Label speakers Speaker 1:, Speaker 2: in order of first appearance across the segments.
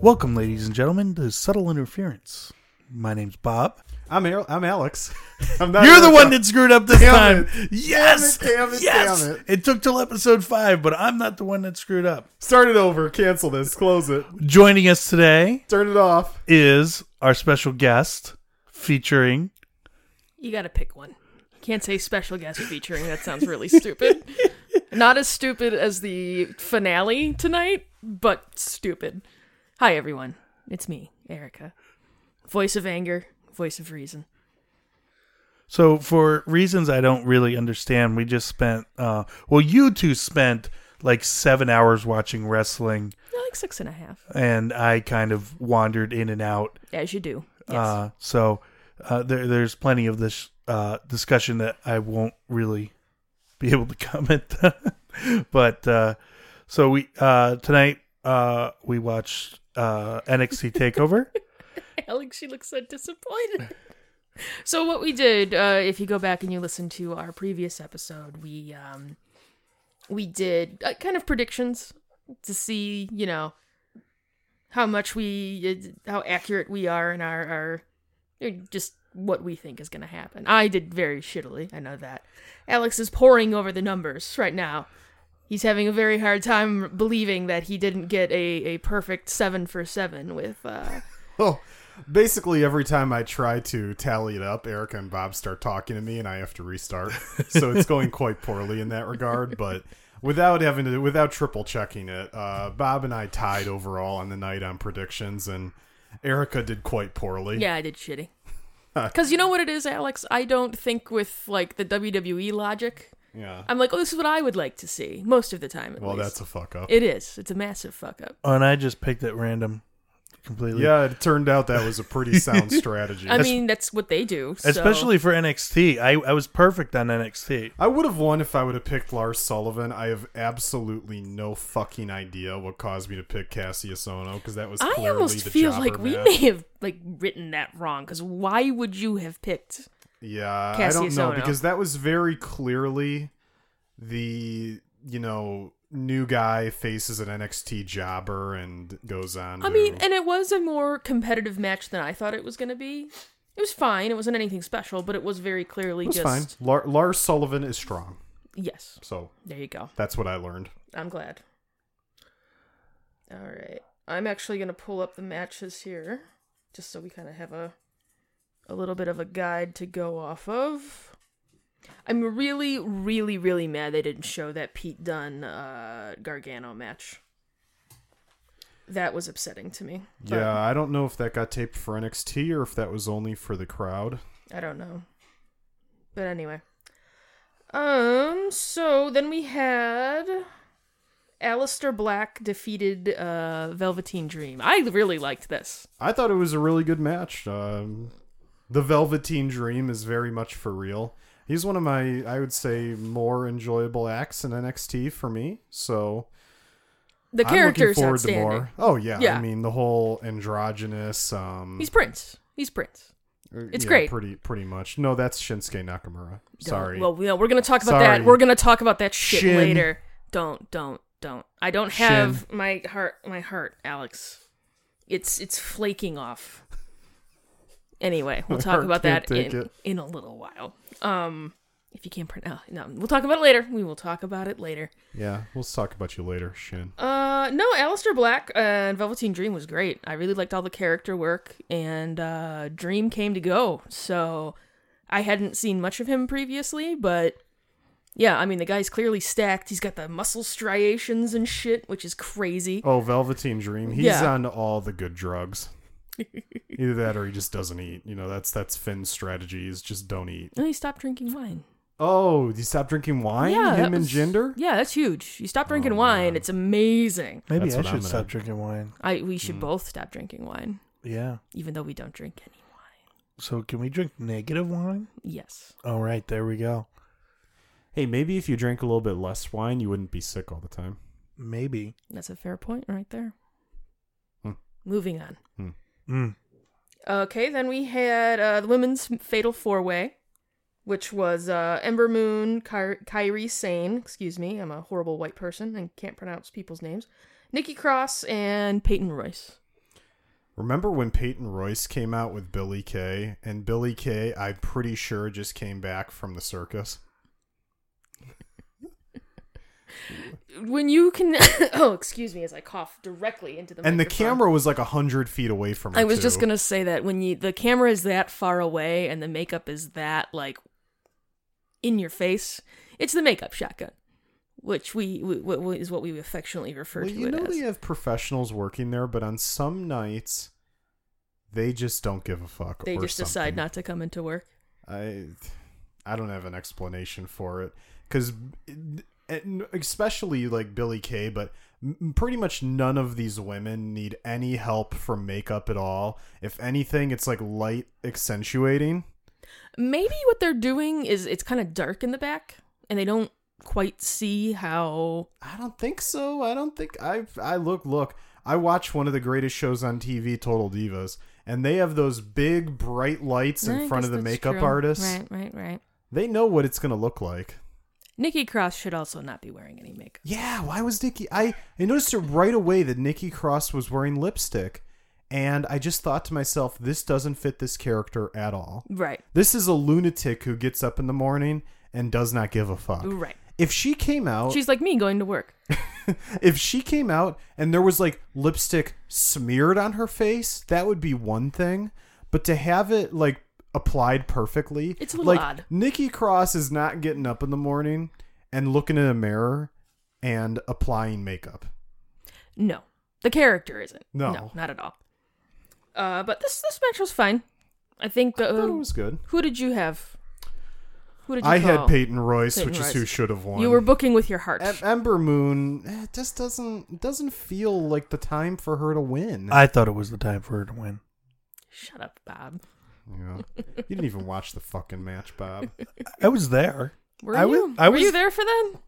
Speaker 1: Welcome, ladies and gentlemen, to Subtle Interference. My name's Bob.
Speaker 2: I'm Al- I'm Alex. I'm not
Speaker 1: You're the
Speaker 2: Erica.
Speaker 1: one that screwed up this
Speaker 2: Damn
Speaker 1: time. Yes,
Speaker 2: Damn it, damn it,
Speaker 1: yes.
Speaker 2: damn it.
Speaker 1: took till episode five, but I'm not the one that screwed up.
Speaker 2: Start it over. Cancel this. Close it.
Speaker 1: Joining us today
Speaker 2: Turn it off.
Speaker 1: is our special guest, featuring.
Speaker 3: You gotta pick one. Can't say special guest featuring. That sounds really stupid. Not as stupid as the finale tonight, but stupid. Hi, everyone. It's me, Erica. Voice of anger, voice of reason.
Speaker 1: So, for reasons I don't really understand, we just spent. Uh, well, you two spent like seven hours watching wrestling,
Speaker 3: No, Like six and a half,
Speaker 1: and I kind of wandered in and out.
Speaker 3: as you do. Yes.
Speaker 1: Uh, so uh, there, there's plenty of this uh, discussion that I won't really be able to comment. but uh, so we uh, tonight uh, we watched uh, NXT Takeover.
Speaker 3: Alex, she looks so disappointed. so what we did, uh, if you go back and you listen to our previous episode, we um, we did uh, kind of predictions to see, you know, how much we, uh, how accurate we are in our, our you know, just what we think is going to happen. I did very shittily. I know that. Alex is poring over the numbers right now. He's having a very hard time believing that he didn't get a, a perfect seven for seven with uh,
Speaker 2: Oh, basically every time I try to tally it up, Erica and Bob start talking to me, and I have to restart. so it's going quite poorly in that regard. But without having to, without triple checking it, uh, Bob and I tied overall on the night on predictions, and Erica did quite poorly.
Speaker 3: Yeah, I did shitty. Because you know what it is, Alex? I don't think with like the WWE logic.
Speaker 2: Yeah.
Speaker 3: I'm like, oh, this is what I would like to see most of the time. At
Speaker 2: Well,
Speaker 3: least.
Speaker 2: that's a fuck up.
Speaker 3: it is. It's a massive fuck up.
Speaker 1: Oh, and I just picked at random completely.
Speaker 2: Yeah, it turned out that was a pretty sound strategy.
Speaker 3: I mean, that's what they do. So.
Speaker 1: Especially for NXT. I, I was perfect on NXT.
Speaker 2: I would have won if I would have picked Lars Sullivan. I have absolutely no fucking idea what caused me to pick Cassius Ono because that was
Speaker 3: I
Speaker 2: clearly
Speaker 3: almost
Speaker 2: the
Speaker 3: feel
Speaker 2: jobber
Speaker 3: like we
Speaker 2: match.
Speaker 3: may have like written that wrong. Because why would you have picked?
Speaker 2: yeah, I don't
Speaker 3: Cassius
Speaker 2: know
Speaker 3: Ohno.
Speaker 2: because that was very clearly the you know new guy faces an NXT jobber and goes on.
Speaker 3: I
Speaker 2: to-
Speaker 3: mean, and it was a more competitive match than I thought it was going to be. It was fine. It wasn't anything special, but it was very clearly
Speaker 2: it was
Speaker 3: just
Speaker 2: fine. Lar- Lars Sullivan is strong,
Speaker 3: yes.
Speaker 2: so
Speaker 3: There you go.
Speaker 2: that's what I learned.
Speaker 3: I'm glad. All right. I'm actually going to pull up the matches here just so we kind of have a a little bit of a guide to go off of. I'm really really really mad they didn't show that Pete Dunn uh Gargano match. That was upsetting to me. but
Speaker 2: Yeah, I don't know if that got taped for NXT or if that was only for the crowd.
Speaker 3: I don't know. But anyway. Um, so then we had Alistair Black defeated uh Velveteen Dream. I really liked this.
Speaker 2: I thought it was a really good match. Um, the Velveteen Dream is very much for real. He's one of my, I would say, more enjoyable acts in NXT for me. So
Speaker 3: The
Speaker 2: I'm looking
Speaker 3: character's
Speaker 2: forward
Speaker 3: outstanding.
Speaker 2: to more. Oh yeah, I
Speaker 3: Yeah.
Speaker 2: mean the whole androgynous. Um,
Speaker 3: He's Prince. He's Prince. it's
Speaker 2: yeah,
Speaker 3: great.
Speaker 2: Pretty pretty much. No, that's Shinsuke Nakamura. Sorry.
Speaker 3: Well, no, we're gonna talk about
Speaker 2: Sorry.
Speaker 3: that. We're gonna talk about that shit
Speaker 2: Shin.
Speaker 3: later. Don't, don't, don't. I don't have my heart. My heart, Alex. It's it's flaking off. Anyway, we'll talk
Speaker 2: heart
Speaker 3: about
Speaker 2: can't
Speaker 3: that
Speaker 2: take
Speaker 3: in,
Speaker 2: it.
Speaker 3: in a little while. Um, if you can't print, oh, no, we'll talk about it later. We will talk about it later.
Speaker 2: yeah, we'll talk about you later, Shin.
Speaker 3: Uh, no, Alistair Black and Velveteen Dream was great. I really liked all the character work, and uh, Dream came to go. So I hadn't seen much of him previously, but yeah, I mean, the guy's clearly stacked. He's got the muscle striations and shit, which is crazy.
Speaker 2: Oh, Velveteen Dream. He's
Speaker 3: Yeah.
Speaker 2: on all the good drugs. Either that or he just doesn't eat. You know, that's that's Finn's strategy is just don't eat.
Speaker 3: And he stopped drinking wine.
Speaker 2: Oh, did he stop drinking wine?
Speaker 3: yeah, that
Speaker 2: Him and
Speaker 3: was-
Speaker 2: Jinder?
Speaker 3: Yeah, that's huge. You
Speaker 2: Oh,
Speaker 3: stop drinking wine, it's amazing.
Speaker 1: Maybe
Speaker 2: That's
Speaker 1: I
Speaker 2: what I'm
Speaker 1: should
Speaker 2: gonna-
Speaker 1: stop drinking wine.
Speaker 3: I we should
Speaker 2: Hmm.
Speaker 3: both stop drinking wine,
Speaker 1: Yeah.
Speaker 3: even though we don't drink any wine.
Speaker 1: So can we drink negative wine?
Speaker 3: Yes.
Speaker 1: All right, there we go.
Speaker 2: Hey, maybe if you drank a little bit less wine, you wouldn't be sick all the time.
Speaker 1: Maybe.
Speaker 3: That's a fair point right there.
Speaker 2: Hmm.
Speaker 3: Moving on.
Speaker 1: Mm.
Speaker 3: Okay, then we had uh, the women's fatal four way, which was uh, Ember Moon, Ky- Kyrie Sane, excuse me, I'm a horrible white person and can't pronounce people's names, Nikki Cross, and Peyton Royce.
Speaker 2: Remember when Peyton Royce came out with Billy Kay, and Billy Kay, I'm pretty sure, just came back from the circus.
Speaker 3: When you can, oh, excuse me, as I cough directly into the
Speaker 2: And the
Speaker 3: microphone.
Speaker 2: camera was like a hundred feet away from her.
Speaker 3: I was just
Speaker 2: too.
Speaker 3: gonna say that when you the camera is that far away and the makeup is that like in your face, it's the makeup shotgun, which we, we, we we- is what we affectionately refer
Speaker 2: Well,
Speaker 3: to
Speaker 2: you
Speaker 3: it
Speaker 2: know
Speaker 3: as.
Speaker 2: they have professionals working there, but on some nights, they just don't give a fuck.
Speaker 3: they
Speaker 2: or
Speaker 3: just decide
Speaker 2: something.
Speaker 3: not to come into work.
Speaker 2: I I don't have an explanation for it because especially like Billy Kay, but m- pretty much none of these women need any help from makeup at all. If anything, it's like light accentuating.
Speaker 3: Maybe what they're doing is it's kind of dark in the back and they don't quite see how
Speaker 2: I don't think so. I don't think I. I look, look. I watch one of the greatest shows on TV, Total Divas, and they have those big bright lights in
Speaker 3: I
Speaker 2: front
Speaker 3: guess
Speaker 2: of the
Speaker 3: that's
Speaker 2: makeup
Speaker 3: true.
Speaker 2: artists.
Speaker 3: Right, right, right.
Speaker 2: They know what it's gonna look like.
Speaker 3: Nikki Cross should also not be wearing any makeup.
Speaker 2: Yeah, why was Nikki? I I noticed it right away that Nikki Cross was wearing lipstick, and I just thought to myself, this doesn't fit this character at all.
Speaker 3: Right.
Speaker 2: This is a lunatic who gets up in the morning and does not give a fuck.
Speaker 3: Right.
Speaker 2: If she came out,
Speaker 3: She's like me going to work.
Speaker 2: if she came out and there was like lipstick smeared on her face, that would be one thing. But to have it like applied perfectly,
Speaker 3: It's a little
Speaker 2: like,
Speaker 3: odd.
Speaker 2: Nikki Cross is not getting up in the morning and looking in a mirror and applying makeup.
Speaker 3: No, the character isn't.
Speaker 2: No.
Speaker 3: not at all. Uh, but this this match was fine. I think. The,
Speaker 2: I thought it was good.
Speaker 3: Who did you have? Who did Um, you
Speaker 2: I had
Speaker 3: call?
Speaker 2: Peyton Royce,
Speaker 3: Peyton
Speaker 2: which
Speaker 3: Royce.
Speaker 2: is who should have won.
Speaker 3: You were booking with your heart.
Speaker 2: Em- Ember Moon. eh, It just doesn't it doesn't feel like the time for her to win.
Speaker 1: I thought it was the time for her to win.
Speaker 3: Shut up, Bob.
Speaker 2: Yeah. you didn't even watch the fucking match, Bob.
Speaker 1: I was there.
Speaker 3: Were
Speaker 1: I was-
Speaker 3: you?
Speaker 1: I
Speaker 3: Were you
Speaker 1: was-
Speaker 3: there for them?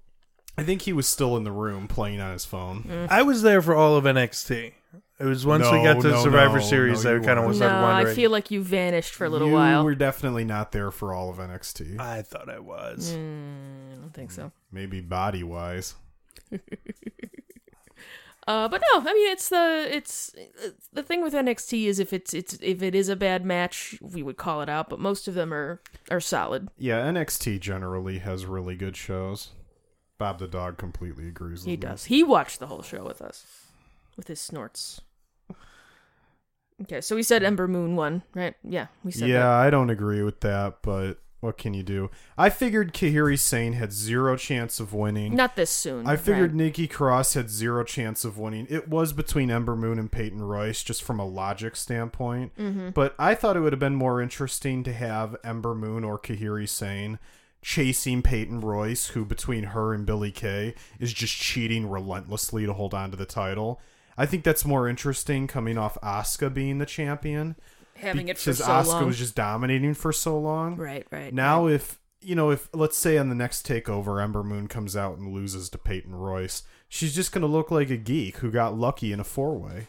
Speaker 2: I think he was still in the room playing on his phone.
Speaker 3: Mm.
Speaker 1: I was there for all of NXT. It was once we
Speaker 2: No,
Speaker 1: got to
Speaker 2: no,
Speaker 1: Survivor
Speaker 2: no,
Speaker 1: Series,
Speaker 2: no, you
Speaker 1: I kind of
Speaker 2: weren't.
Speaker 1: was
Speaker 3: no,
Speaker 1: like wondering.
Speaker 3: I feel like you vanished for a little
Speaker 2: you
Speaker 3: while.
Speaker 2: were definitely not there for all of NXT.
Speaker 1: I thought I was.
Speaker 3: Mm, I don't think so.
Speaker 2: Maybe body wise.
Speaker 3: Uh, but no, I mean it's the it's the thing with NXT is if it's it's if it is a bad match, we would call it out. But most of them are are solid.
Speaker 2: Yeah, NXT generally has really good shows. Bob the dog completely agrees.
Speaker 3: He
Speaker 2: with me.
Speaker 3: does. He watched the whole show with us, with his snorts. Okay, so we said Ember Moon won, right? Yeah, we said
Speaker 2: Yeah,
Speaker 3: that.
Speaker 2: I don't agree with that, but what can you do? I figured Kahiri Sane had zero chance of winning.
Speaker 3: Not this soon.
Speaker 2: I figured
Speaker 3: right?
Speaker 2: Nikki Cross had zero chance of winning. It was between Ember Moon and Peyton Royce, just from a logic standpoint.
Speaker 3: Mm-hmm.
Speaker 2: But I thought it would have been more interesting to have Ember Moon or Kahiri Sane chasing Peyton Royce, who between her and Billy Kay is just cheating relentlessly to hold on to the title. I think that's more interesting coming off Asuka being the champion.
Speaker 3: having it for
Speaker 2: because
Speaker 3: so
Speaker 2: Asuka
Speaker 3: long.
Speaker 2: was just dominating for so long.
Speaker 3: right, right.
Speaker 2: Now, if you know, if let's say on the next takeover, Ember Moon comes out and loses to Peyton Royce, she's just gonna look like a geek who got lucky in a four way.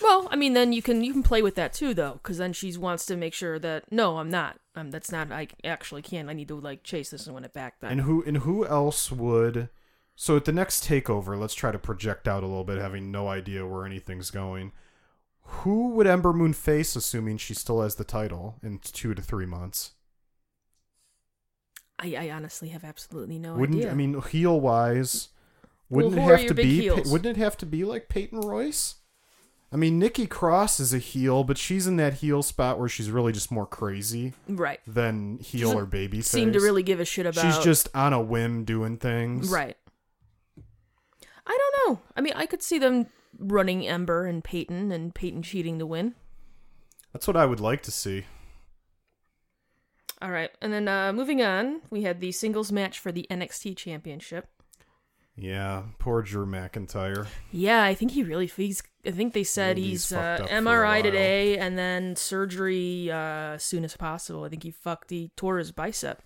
Speaker 3: well, I mean, then you can you can play with that too, though, because then she wants to make sure that no, I'm not. Um, that's not. I actually can't. I need to like chase this and win it back. Then
Speaker 2: And who and who else would? So at the next takeover, let's try to project out a little bit, having no idea where anything's going. Who would Ember Moon face, assuming she still has the title in two to three months?
Speaker 3: I, I honestly have absolutely no
Speaker 2: wouldn't
Speaker 3: idea.
Speaker 2: I mean heel wise?
Speaker 3: Well,
Speaker 2: Wouldn't
Speaker 3: who
Speaker 2: it
Speaker 3: are
Speaker 2: have to
Speaker 3: your big
Speaker 2: be? Pa-
Speaker 3: heels?
Speaker 2: wouldn't it have to be like Peyton Royce? I mean, Nikki Cross is a heel, but she's in that heel spot where she's really just more crazy
Speaker 3: right?
Speaker 2: than heel or baby.
Speaker 3: Seem to
Speaker 2: face.
Speaker 3: really give a shit about.
Speaker 2: She's just on a whim doing things.
Speaker 3: Right. I don't know. I mean, I could see them running Ember and Peyton and Peyton cheating to win.
Speaker 2: That's what I would like to see.
Speaker 3: All right. And then uh, moving on, we had the singles match for the NXT Championship.
Speaker 2: Yeah, poor Drew McIntyre.
Speaker 3: Yeah, I think he really he's I think they said
Speaker 2: He's
Speaker 3: he's,
Speaker 2: fucked
Speaker 3: uh,
Speaker 2: up for a
Speaker 3: MRI
Speaker 2: while.
Speaker 3: today and then surgery uh, as soon as possible. I think he fucked he tore his bicep,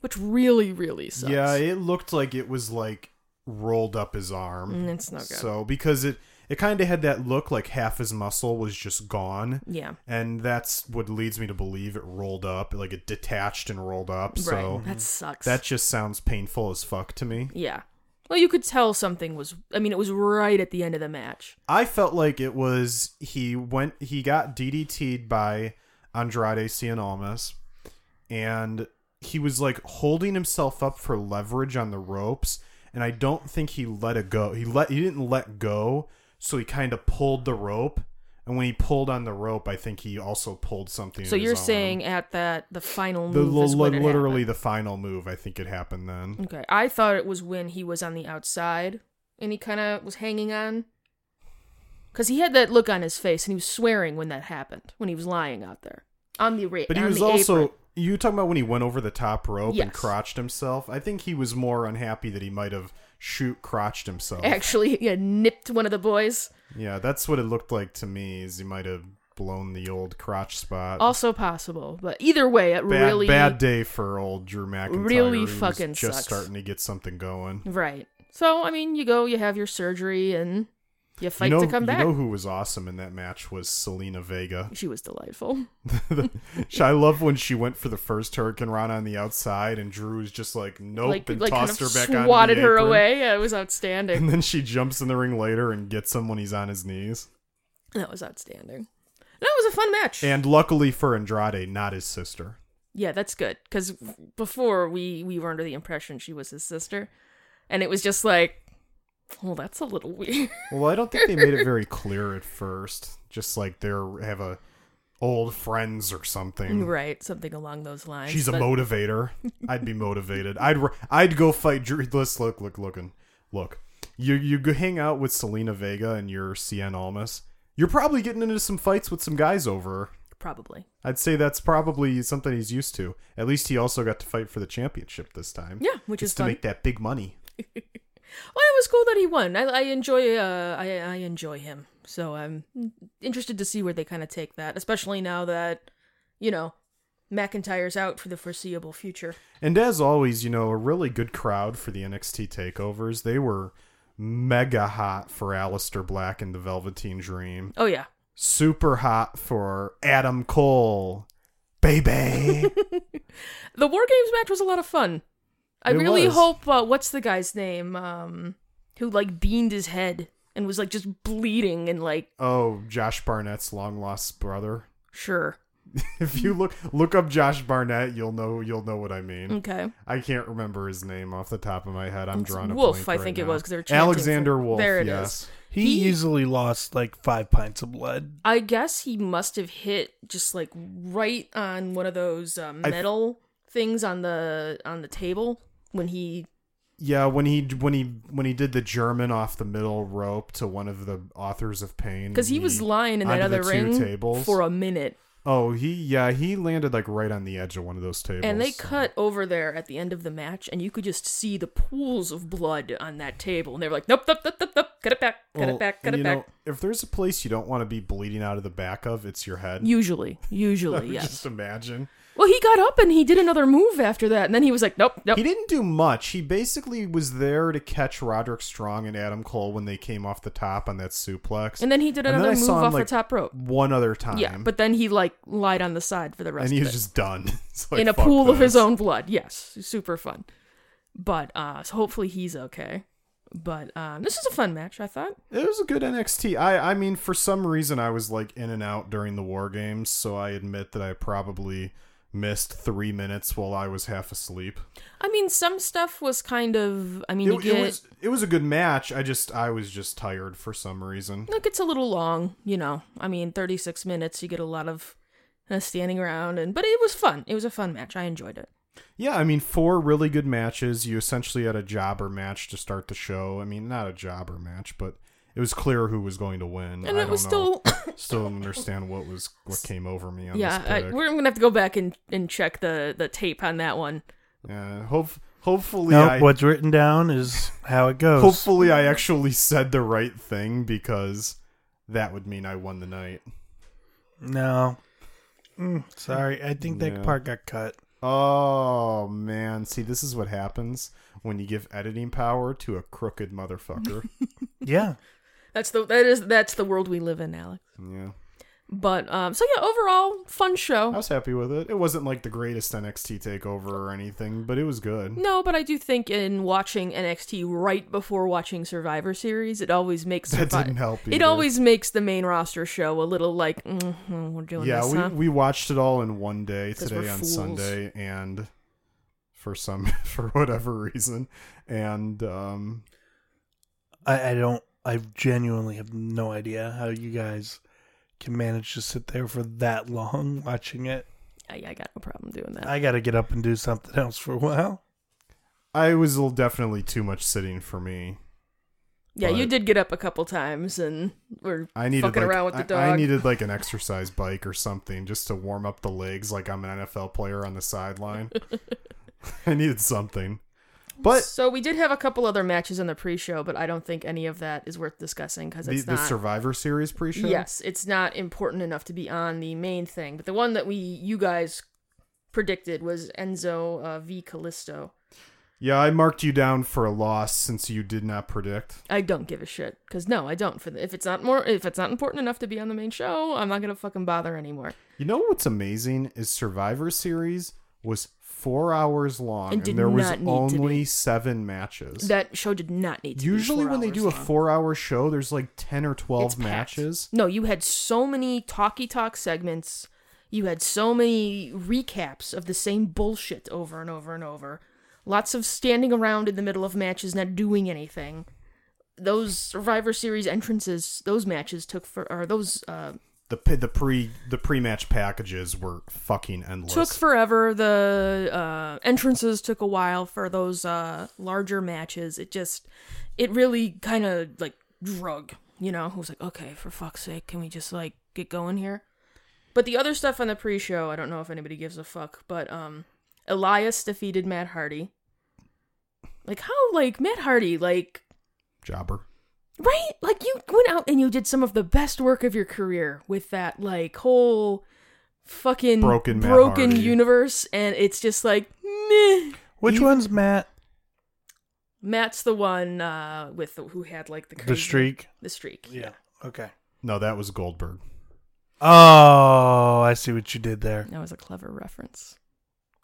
Speaker 3: which really really sucks.
Speaker 2: Yeah, it looked like it was like rolled up his arm.
Speaker 3: Mm, it's no good.
Speaker 2: So because it it kind of had that look like half his muscle was just gone.
Speaker 3: yeah.
Speaker 2: and that's what leads me to believe it rolled up like it detached and rolled up so
Speaker 3: right. That sucks.
Speaker 2: that just sounds painful as fuck to me
Speaker 3: yeah. Well, you could tell something was. I mean, it was right at the end of the match.
Speaker 2: I felt like it was he went he got DDT'd by Andrade Cien Almas, and he was like holding himself up for leverage on the ropes, and I don't think he let it go. He let he didn't let go, so he kind of pulled the rope, and when he pulled on the rope, I think he also pulled something.
Speaker 3: So
Speaker 2: in his
Speaker 3: you're
Speaker 2: arm.
Speaker 3: saying at that the final
Speaker 2: the
Speaker 3: move is
Speaker 2: li-
Speaker 3: when it
Speaker 2: literally
Speaker 3: happened.
Speaker 2: the final move? I think it happened then.
Speaker 3: Okay, I thought it was when he was on the outside and he kind of was hanging on, because he had that look on his face and he was swearing when that happened when he was lying out there on the ra-
Speaker 2: But he
Speaker 3: on
Speaker 2: was
Speaker 3: the
Speaker 2: also
Speaker 3: apron.
Speaker 2: you talking about when he went over the top rope and
Speaker 3: Yes.
Speaker 2: crotched himself. I think he was more unhappy that he might have shoot crotched himself.
Speaker 3: actually yeah, nipped one of the boys.
Speaker 2: Yeah, that's what it looked like to me. Is he might have blown the old crotch spot.
Speaker 3: Also possible, but either way, it
Speaker 2: Uh, bad,
Speaker 3: really
Speaker 2: bad day for old Drew McIntyre.
Speaker 3: really
Speaker 2: who was
Speaker 3: fucking
Speaker 2: just
Speaker 3: sucks.
Speaker 2: starting to get something going.
Speaker 3: right. So I mean, you go, you have your surgery, and you fight
Speaker 2: you know,
Speaker 3: to come back.
Speaker 2: You know who was awesome in that match was Selena Vega.
Speaker 3: she was delightful.
Speaker 2: She- I love when she went for the first Hurricane Rana on the outside, and Drew was just like, "Nope,"
Speaker 3: like,
Speaker 2: and
Speaker 3: like kind of
Speaker 2: tossed her back on
Speaker 3: swatted her away. Yeah, it was outstanding.
Speaker 2: And then she jumps in the ring later and gets him when he's on his knees.
Speaker 3: That was outstanding. That was a fun match.
Speaker 2: And luckily for Andrade, not his sister.
Speaker 3: yeah, that's good because before we we were under the impression she was his sister, and it was just like, well, that's a little weird.
Speaker 2: Well, I don't think they made it very clear at first. Just like they're have a old friends or something.
Speaker 3: right, something along those lines.
Speaker 2: She's a
Speaker 3: but-
Speaker 2: motivator. I'd be motivated. I'd r- I'd go fight Drew. Let's look, look, looking, look. You you go hang out with Selena Vega and your CN Almas. You're probably getting into some fights with some guys over. her.
Speaker 3: probably.
Speaker 2: I'd say that's probably something he's used to. At least he also got to fight for the championship this time.
Speaker 3: Yeah, which
Speaker 2: Just
Speaker 3: is
Speaker 2: to
Speaker 3: fun.
Speaker 2: make that big money.
Speaker 3: Well, it was cool that he won. I, I enjoy uh I I enjoy him. So I'm interested to see where they kind of take that, especially now that you know McIntyre's out for the foreseeable future.
Speaker 2: And as always, you know, a really good crowd for the NXT takeovers. They were mega hot for Aleister Black and the Velveteen Dream.
Speaker 3: Oh yeah,
Speaker 2: Super hot for Adam Cole. Baby.
Speaker 3: The War Games match was a lot of fun. I
Speaker 2: It
Speaker 3: really
Speaker 2: was.
Speaker 3: hope uh, what's the guy's name um who like beamed his head and was like just bleeding and like
Speaker 2: oh, Josh Barnett's long lost brother.
Speaker 3: sure.
Speaker 2: If you look look up Josh Barnett, you'll know you'll know what I mean.
Speaker 3: Okay.
Speaker 2: I can't remember his name off the top of my head. I'm
Speaker 3: Mm. It's
Speaker 2: drawing a
Speaker 3: Wolf,
Speaker 2: blank
Speaker 3: I
Speaker 2: right
Speaker 3: think it
Speaker 2: now.
Speaker 3: was, 'cause they were chanting for-
Speaker 2: Alexander Wolf.
Speaker 3: There it
Speaker 2: yes.
Speaker 3: is.
Speaker 1: He,
Speaker 3: He-
Speaker 1: easily lost like five pints of blood.
Speaker 3: I guess he must have hit just like right on one of those uh,
Speaker 2: th-
Speaker 3: metal things on the on the table when he
Speaker 2: Yeah, when he when he when he did the German off the middle rope to one of the authors of pain,
Speaker 3: because he was lying in that
Speaker 2: Mm-hmm. onto
Speaker 3: other
Speaker 2: the two
Speaker 3: ring
Speaker 2: tables.
Speaker 3: for a minute,
Speaker 2: oh, he yeah, he landed like right on the edge of one of those tables,
Speaker 3: and they
Speaker 2: so-
Speaker 3: cut over there at the end of the match, and you could just see the pools of blood on that table, and they were like, nope, nope, nope, nope, nope, cut it back, cut
Speaker 2: Well,
Speaker 3: it back, cut
Speaker 2: and
Speaker 3: it
Speaker 2: you
Speaker 3: back.
Speaker 2: know, if there's a place you don't want to be bleeding out of the back of, it's your head.
Speaker 3: Usually, usually, yes.
Speaker 2: Just imagine.
Speaker 3: Well, he got up and he did another move after that, and then he was like, "Nope, nope."
Speaker 2: He didn't do much. He basically was there to catch Roderick Strong and Adam Cole when they came off the top on that suplex.
Speaker 3: and then he did
Speaker 2: And then
Speaker 3: another
Speaker 2: I
Speaker 3: move
Speaker 2: saw him,
Speaker 3: off
Speaker 2: like,
Speaker 3: the top rope.
Speaker 2: one other time.
Speaker 3: Yeah, but then he like lied on the side for the rest.
Speaker 2: and he
Speaker 3: of
Speaker 2: was
Speaker 3: it.
Speaker 2: just done It's like,
Speaker 3: in a
Speaker 2: fuck
Speaker 3: pool of his
Speaker 2: this.
Speaker 3: own blood. Yes, super fun. But uh, so hopefully he's okay. But um, this is a fun match, I thought.
Speaker 2: It was a good NXT. I I mean, for some reason, I was like in and out during the War Games, so I admit that I probably missed three minutes while I was half asleep.
Speaker 3: I mean, some stuff was kind of. I mean,
Speaker 2: It,
Speaker 3: you
Speaker 2: it
Speaker 3: get
Speaker 2: was it was a good match. I just I was just tired for some reason.
Speaker 3: like it's a little long, you know. I mean, thirty six minutes. You get a lot of uh, standing around, and but it was fun. It was a fun match. I enjoyed it.
Speaker 2: Yeah, I mean, four really good matches. You essentially had a jobber match to start the show. I mean, not a jobber match, but it was clear who was going to win.
Speaker 3: And
Speaker 2: I
Speaker 3: it was
Speaker 2: don't know.
Speaker 3: still,
Speaker 2: still don't understand what was what came over me. On
Speaker 3: yeah.
Speaker 2: this
Speaker 3: I,
Speaker 2: pick.
Speaker 3: we're gonna have to go back and, and check the the tape on that one.
Speaker 2: yeah. Hope hopefully
Speaker 1: Nope,
Speaker 2: I
Speaker 1: what's written down is how it goes.
Speaker 2: Hopefully, I actually said the right thing because that would mean I won the night.
Speaker 1: No. Mm, sorry, I think that
Speaker 2: Yeah.
Speaker 1: part got cut.
Speaker 2: Oh man, see, this is what happens when you give editing power to a crooked motherfucker.
Speaker 1: Yeah.
Speaker 3: That's the that is that's the world we live in, Alex.
Speaker 2: yeah,
Speaker 3: But um, so yeah, overall fun
Speaker 2: I
Speaker 3: show.
Speaker 2: was happy with it. It wasn't like the greatest NXT takeover or anything, but it was good.
Speaker 3: No, but I do think in watching NXT right before watching Survivor Series, it always makes
Speaker 2: That
Speaker 3: Survi-
Speaker 2: didn't help
Speaker 3: It
Speaker 2: either.
Speaker 3: always makes the main roster show a little like mm, mm, we're doing
Speaker 2: yeah,
Speaker 3: this,
Speaker 2: we,
Speaker 3: huh?
Speaker 2: we watched it all in one day
Speaker 3: 'Cause
Speaker 2: today
Speaker 3: we're
Speaker 2: on
Speaker 3: fools.
Speaker 2: Sunday, and for some for whatever reason, and um,
Speaker 1: I, I don't. I genuinely have no idea how you guys can manage to sit there for that long watching it.
Speaker 3: I, I got no problem doing that.
Speaker 1: I got to get up and do something else for a while.
Speaker 2: I was l- definitely too much sitting for me.
Speaker 3: yeah, you
Speaker 2: but-
Speaker 3: did get up a couple times and were
Speaker 2: I needed
Speaker 3: fucking
Speaker 2: like,
Speaker 3: around with the dog.
Speaker 2: I, I needed like an exercise bike or something just to warm up the legs, like I'm an NFL player on the sideline. I needed something, but
Speaker 3: so we did have a couple other matches on the pre-show, but I don't think any of that is worth discussing because
Speaker 2: the,
Speaker 3: it's
Speaker 2: the
Speaker 3: not.
Speaker 2: Survivor Series pre-show.
Speaker 3: Yes, it's not important enough to be on the main thing. But the one that we you guys predicted was Enzo uh, v Callisto.
Speaker 2: yeah, I marked you down for a loss since you did not predict.
Speaker 3: I don't give a shit because no, I don't. For the, if it's not more, if it's not important enough to be on the main show, I'm not gonna fucking bother anymore.
Speaker 2: You know what's amazing is Survivor Series was four hours long,
Speaker 3: And
Speaker 2: and,
Speaker 3: did
Speaker 2: there was
Speaker 3: not need to
Speaker 2: only
Speaker 3: be.
Speaker 2: seven matches.
Speaker 3: That show did not need to. be
Speaker 2: Usually,
Speaker 3: four
Speaker 2: when they
Speaker 3: hours
Speaker 2: do a
Speaker 3: long.
Speaker 2: four-hour show, there's like ten or twelve
Speaker 3: It's packed.
Speaker 2: matches.
Speaker 3: No, you had so many talky talk segments. You had so many recaps of the same bullshit over and over and over. Lots of standing around in the middle of matches, not doing anything. Those Survivor Series entrances, those matches took for, or those uh,
Speaker 2: the p- the pre the pre match packages were fucking endless.
Speaker 3: took forever. The uh, entrances took a while for those uh, larger matches. It just, it really kind of like drug, you know? It was like, okay, for fuck's sake, can we just like get going here? But the other stuff on the pre show, I don't know if anybody gives a fuck, but um, Elias defeated Matt Hardy. Like, how, like, Matt Hardy, like,
Speaker 2: Jobber.
Speaker 3: Right? Like you went out and you did some of the best work of your career with that like whole fucking
Speaker 2: Broken Matt
Speaker 3: broken
Speaker 2: Hardy.
Speaker 3: universe and it's just like meh.
Speaker 1: Which one's Matt?
Speaker 3: Matt's the one uh with the, who had like the crazy,
Speaker 1: The streak.
Speaker 3: the streak.
Speaker 1: Yeah. Okay.
Speaker 2: No, that was Goldberg.
Speaker 1: Oh, I see what you did there.
Speaker 3: That was a clever reference.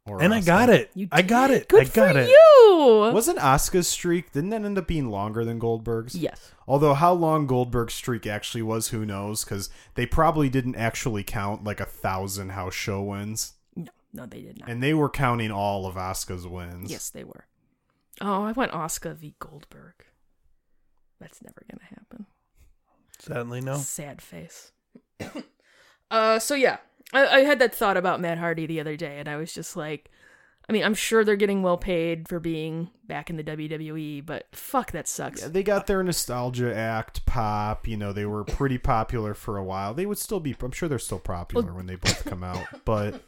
Speaker 2: Or
Speaker 1: And I
Speaker 2: Asuka.
Speaker 1: got it.
Speaker 3: You
Speaker 1: I got
Speaker 3: did.
Speaker 1: it.
Speaker 3: Good
Speaker 1: I got
Speaker 3: for
Speaker 1: it.
Speaker 3: you.
Speaker 2: Wasn't Asuka's streak? Didn't that end up being longer than Goldberg's?
Speaker 3: Yes.
Speaker 2: Although how long Goldberg's streak actually was, who knows? Because they probably didn't actually count like a thousand house show wins,
Speaker 3: No, no they did not.
Speaker 2: and they were counting all of Asuka's wins.
Speaker 3: Yes, they were. Oh, I went Oscar v Goldberg. That's never going to happen.
Speaker 1: Sadly,
Speaker 2: Oh.
Speaker 1: no.
Speaker 3: Sad face. uh, so yeah, I, I had that thought about Matt Hardy the other day, and I was just like, I mean, I'm sure they're getting well paid for being back in the WWE, but fuck, that sucks.
Speaker 2: Yeah, they got their nostalgia act pop. You know, they were pretty popular for a while. They would still be. I'm sure they're still popular when they both come out, but.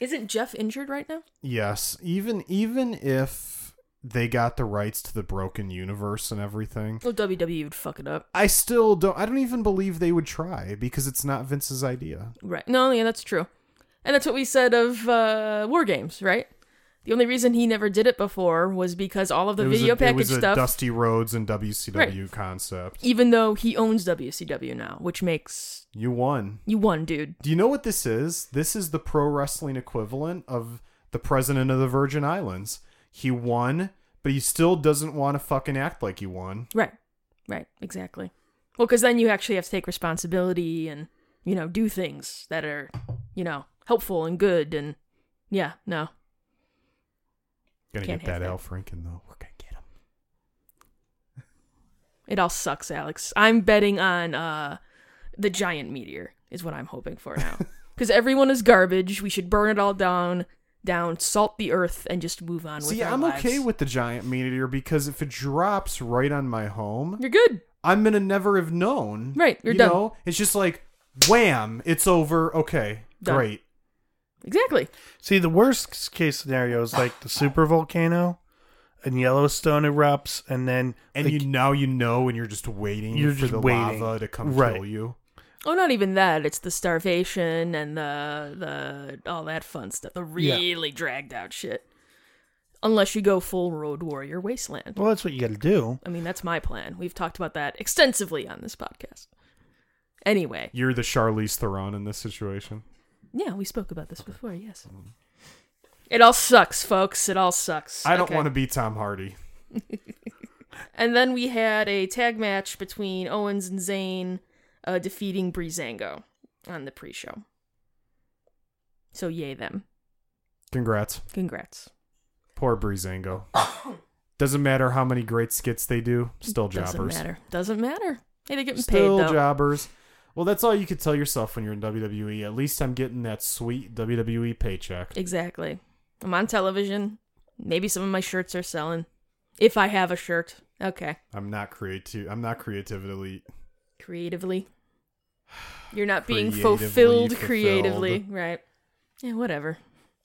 Speaker 3: Isn't Jeff injured right now?
Speaker 2: Yes, even even if they got the rights to the broken universe and everything,
Speaker 3: Well, WWE would fuck it up,
Speaker 2: I still don't I don't even believe they would try because it's not Vince's idea.
Speaker 3: right? No, yeah, that's true, and that's what we said of uh, War Games, right? The only reason he never did it before was because all of the
Speaker 2: it was
Speaker 3: video
Speaker 2: a,
Speaker 3: package
Speaker 2: it was a
Speaker 3: stuff.
Speaker 2: Dusty Rhodes and WCW concept.
Speaker 3: even though he owns WCW now, which makes
Speaker 2: You won.
Speaker 3: you one dude.
Speaker 2: Do you know what this is? This is the pro wrestling equivalent of the president of the Virgin Islands. He won, but he still doesn't want to fucking act like he won.
Speaker 3: Right. Right. Exactly. Well, because then you actually have to take responsibility and you know do things that are you know helpful and good and yeah no
Speaker 2: Gonna
Speaker 3: Can't
Speaker 2: get that
Speaker 3: have
Speaker 2: Al Franken though. We're gonna get him.
Speaker 3: it all sucks, Alex. I'm betting on uh the giant meteor is what I'm hoping for now because everyone is garbage. We should burn it all down, down, salt the earth, and just move on.
Speaker 2: See,
Speaker 3: with our
Speaker 2: I'm
Speaker 3: lives.
Speaker 2: okay with the giant meteor because if it drops right on my home,
Speaker 3: You're good.
Speaker 2: I'm gonna never have known.
Speaker 3: Right, you're
Speaker 2: you
Speaker 3: done.
Speaker 2: Know? It's just like, wham! It's over. Okay,
Speaker 3: Done.
Speaker 2: great.
Speaker 3: Exactly.
Speaker 1: See, the worst case scenario is like the super volcano, and Yellowstone erupts, and then
Speaker 2: And
Speaker 1: like,
Speaker 2: you now you know, and you're just waiting
Speaker 1: You're
Speaker 2: for
Speaker 1: just
Speaker 2: the
Speaker 1: waiting.
Speaker 2: lava to come
Speaker 1: Right.
Speaker 2: kill you.
Speaker 3: Oh, not even that. It's the starvation and the the all that fun stuff. The
Speaker 1: Yeah.
Speaker 3: really dragged out shit. Unless you go full Road Warrior Wasteland.
Speaker 1: well, that's what you got to do.
Speaker 3: I mean, that's my plan. We've talked about that extensively on this podcast. Anyway,
Speaker 2: You're the Charlize Theron in this situation.
Speaker 3: yeah, we spoke about this before. Yes. It all sucks, folks. It all sucks.
Speaker 2: I don't
Speaker 3: Okay.
Speaker 2: want to be Tom Hardy.
Speaker 3: And then we had a tag match between Owens and Zayn uh, defeating Breezango on the pre show. So, yay, them.
Speaker 2: Congrats.
Speaker 3: Congrats.
Speaker 2: Poor Breezango. Doesn't matter how many great skits they do, still
Speaker 3: Doesn't
Speaker 2: jobbers.
Speaker 3: matter. Doesn't matter. Hey, they're getting
Speaker 2: Still
Speaker 3: paid, though.
Speaker 2: jobbers. Well, that's all you could tell yourself when you're in WWE. At least I'm getting that sweet WWE paycheck.
Speaker 3: exactly. I'm on television. Maybe some of my shirts are selling. If I have a shirt. Okay.
Speaker 2: I'm not creative. I'm not creatively.
Speaker 3: Creatively. You're not being
Speaker 2: Creatively
Speaker 3: fulfilled
Speaker 2: fulfilled.
Speaker 3: creatively. Right. Yeah, whatever.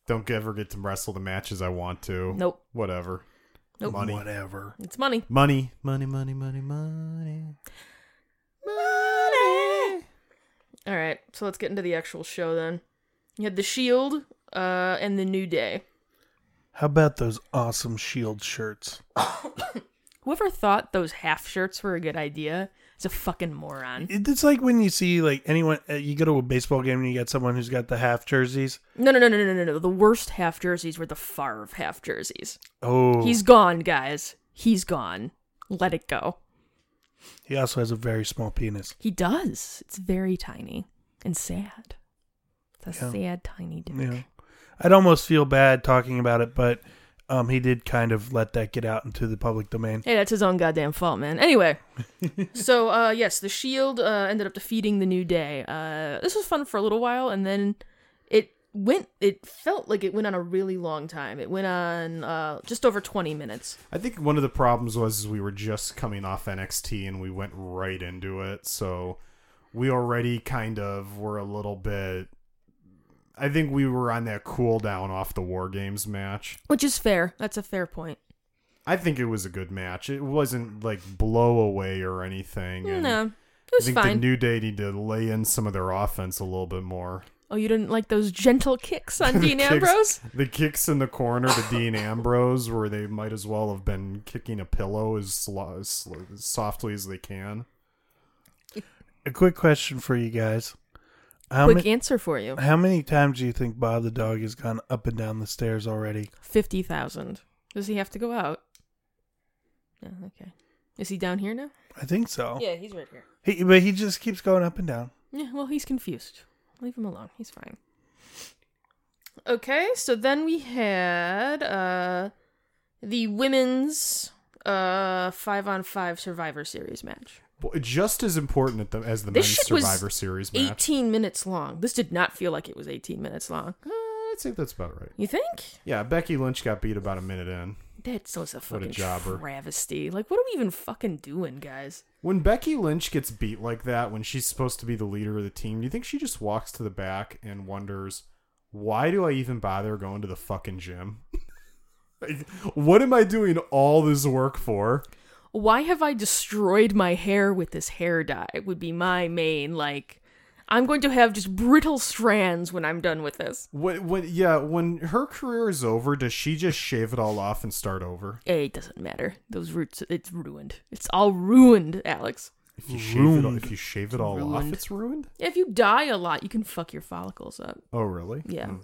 Speaker 2: Don't ever get to wrestle the matches I want to.
Speaker 3: Nope.
Speaker 2: Whatever.
Speaker 3: Nope.
Speaker 2: Money.
Speaker 1: Whatever.
Speaker 3: It's money.
Speaker 2: Money. Money. Money. Money. Money.
Speaker 3: All right, so let's get into the actual show then. You had the Shield uh, and the New Day.
Speaker 1: How about those awesome shield shirts?
Speaker 3: Whoever thought those half shirts were a good idea is a fucking moron.
Speaker 1: It- It's like when you see like anyone uh, you go to a baseball game and you got someone who's got the half jerseys.
Speaker 3: No, no, no, no, no, no, no. The worst half jerseys were the Favre half jerseys.
Speaker 1: Oh,
Speaker 3: He's gone, guys. He's gone. Let it go.
Speaker 1: he also has a very small penis.
Speaker 3: He does. It's very tiny and sad. It's a
Speaker 1: Yeah.
Speaker 3: sad, tiny dick.
Speaker 1: Yeah. I'd almost feel bad talking about it, but um, he did kind of let that get out into the public domain.
Speaker 3: Hey, that's his own goddamn fault, man. Anyway, so uh, yes, the Shield uh, ended up defeating the New Day. Uh, this was fun for a little while, and then it went. It felt like it went on a really long time. It went on uh, just over twenty minutes.
Speaker 2: I think one of the problems was is we were just coming off NXT and we went right into it, so we already kind of were a little bit. I think we were on that cool down off the War Games match.
Speaker 3: Which is fair. That's a fair point.
Speaker 2: I think it was a good match. It wasn't like blow away or anything. and
Speaker 3: No, it
Speaker 2: I
Speaker 3: was
Speaker 2: think
Speaker 3: fine.
Speaker 2: the New Day need to lay in some of their offense a little bit more.
Speaker 3: oh, you didn't like those gentle kicks on Dean
Speaker 2: kicks-
Speaker 3: Ambrose?
Speaker 2: The kicks in the corner to Dean Ambrose, where they might as well have been kicking a pillow as, slo- as slo- as softly as they can.
Speaker 1: A quick question for you guys: How
Speaker 3: Quick
Speaker 1: many
Speaker 3: answer for you.
Speaker 1: how many times do you think Bob the dog has gone up and down the stairs already?
Speaker 3: Fifty thousand. Does he have to go out? Oh, okay. Is he down here now?
Speaker 1: I think so.
Speaker 3: Yeah, he's right here.
Speaker 1: He, but he just keeps going up and down.
Speaker 3: Yeah, well, he's confused. Leave him alone. He's fine. Okay, so then we had uh the women's uh five on five Survivor Series match.
Speaker 2: Well, just as important at the, as the
Speaker 3: This
Speaker 2: men's
Speaker 3: shit was
Speaker 2: Survivor Series match.
Speaker 3: Eighteen minutes long. This did not feel like it was eighteen minutes long.
Speaker 2: Uh, I think that's about right.
Speaker 3: You think?
Speaker 2: Yeah, Becky Lynch got beat about a minute in.
Speaker 3: That was a fucking
Speaker 2: jobber.
Speaker 3: travesty. Like, what are we even fucking doing, guys?
Speaker 2: When Becky Lynch gets beat like that, when she's supposed to be the leader of the team, do you think she just walks to the back and wonders, why do I even bother going to the fucking gym? like, what am I doing all this work for?
Speaker 3: why have I destroyed my hair with this hair dye? Would be my main like. I'm going to have just brittle strands when I'm done with this.
Speaker 2: When, when, yeah, when her career is over, does she just shave it all off and start over?
Speaker 3: Eh, It doesn't matter. Those roots, it's ruined. It's all ruined, Alex.
Speaker 2: If you shave it, all-
Speaker 1: Ruined.
Speaker 2: if you shave it all off,
Speaker 3: Ruined.
Speaker 2: it's ruined.
Speaker 3: If you die a lot, you can fuck your follicles up.
Speaker 2: Oh, really?
Speaker 3: Yeah.
Speaker 2: Hmm.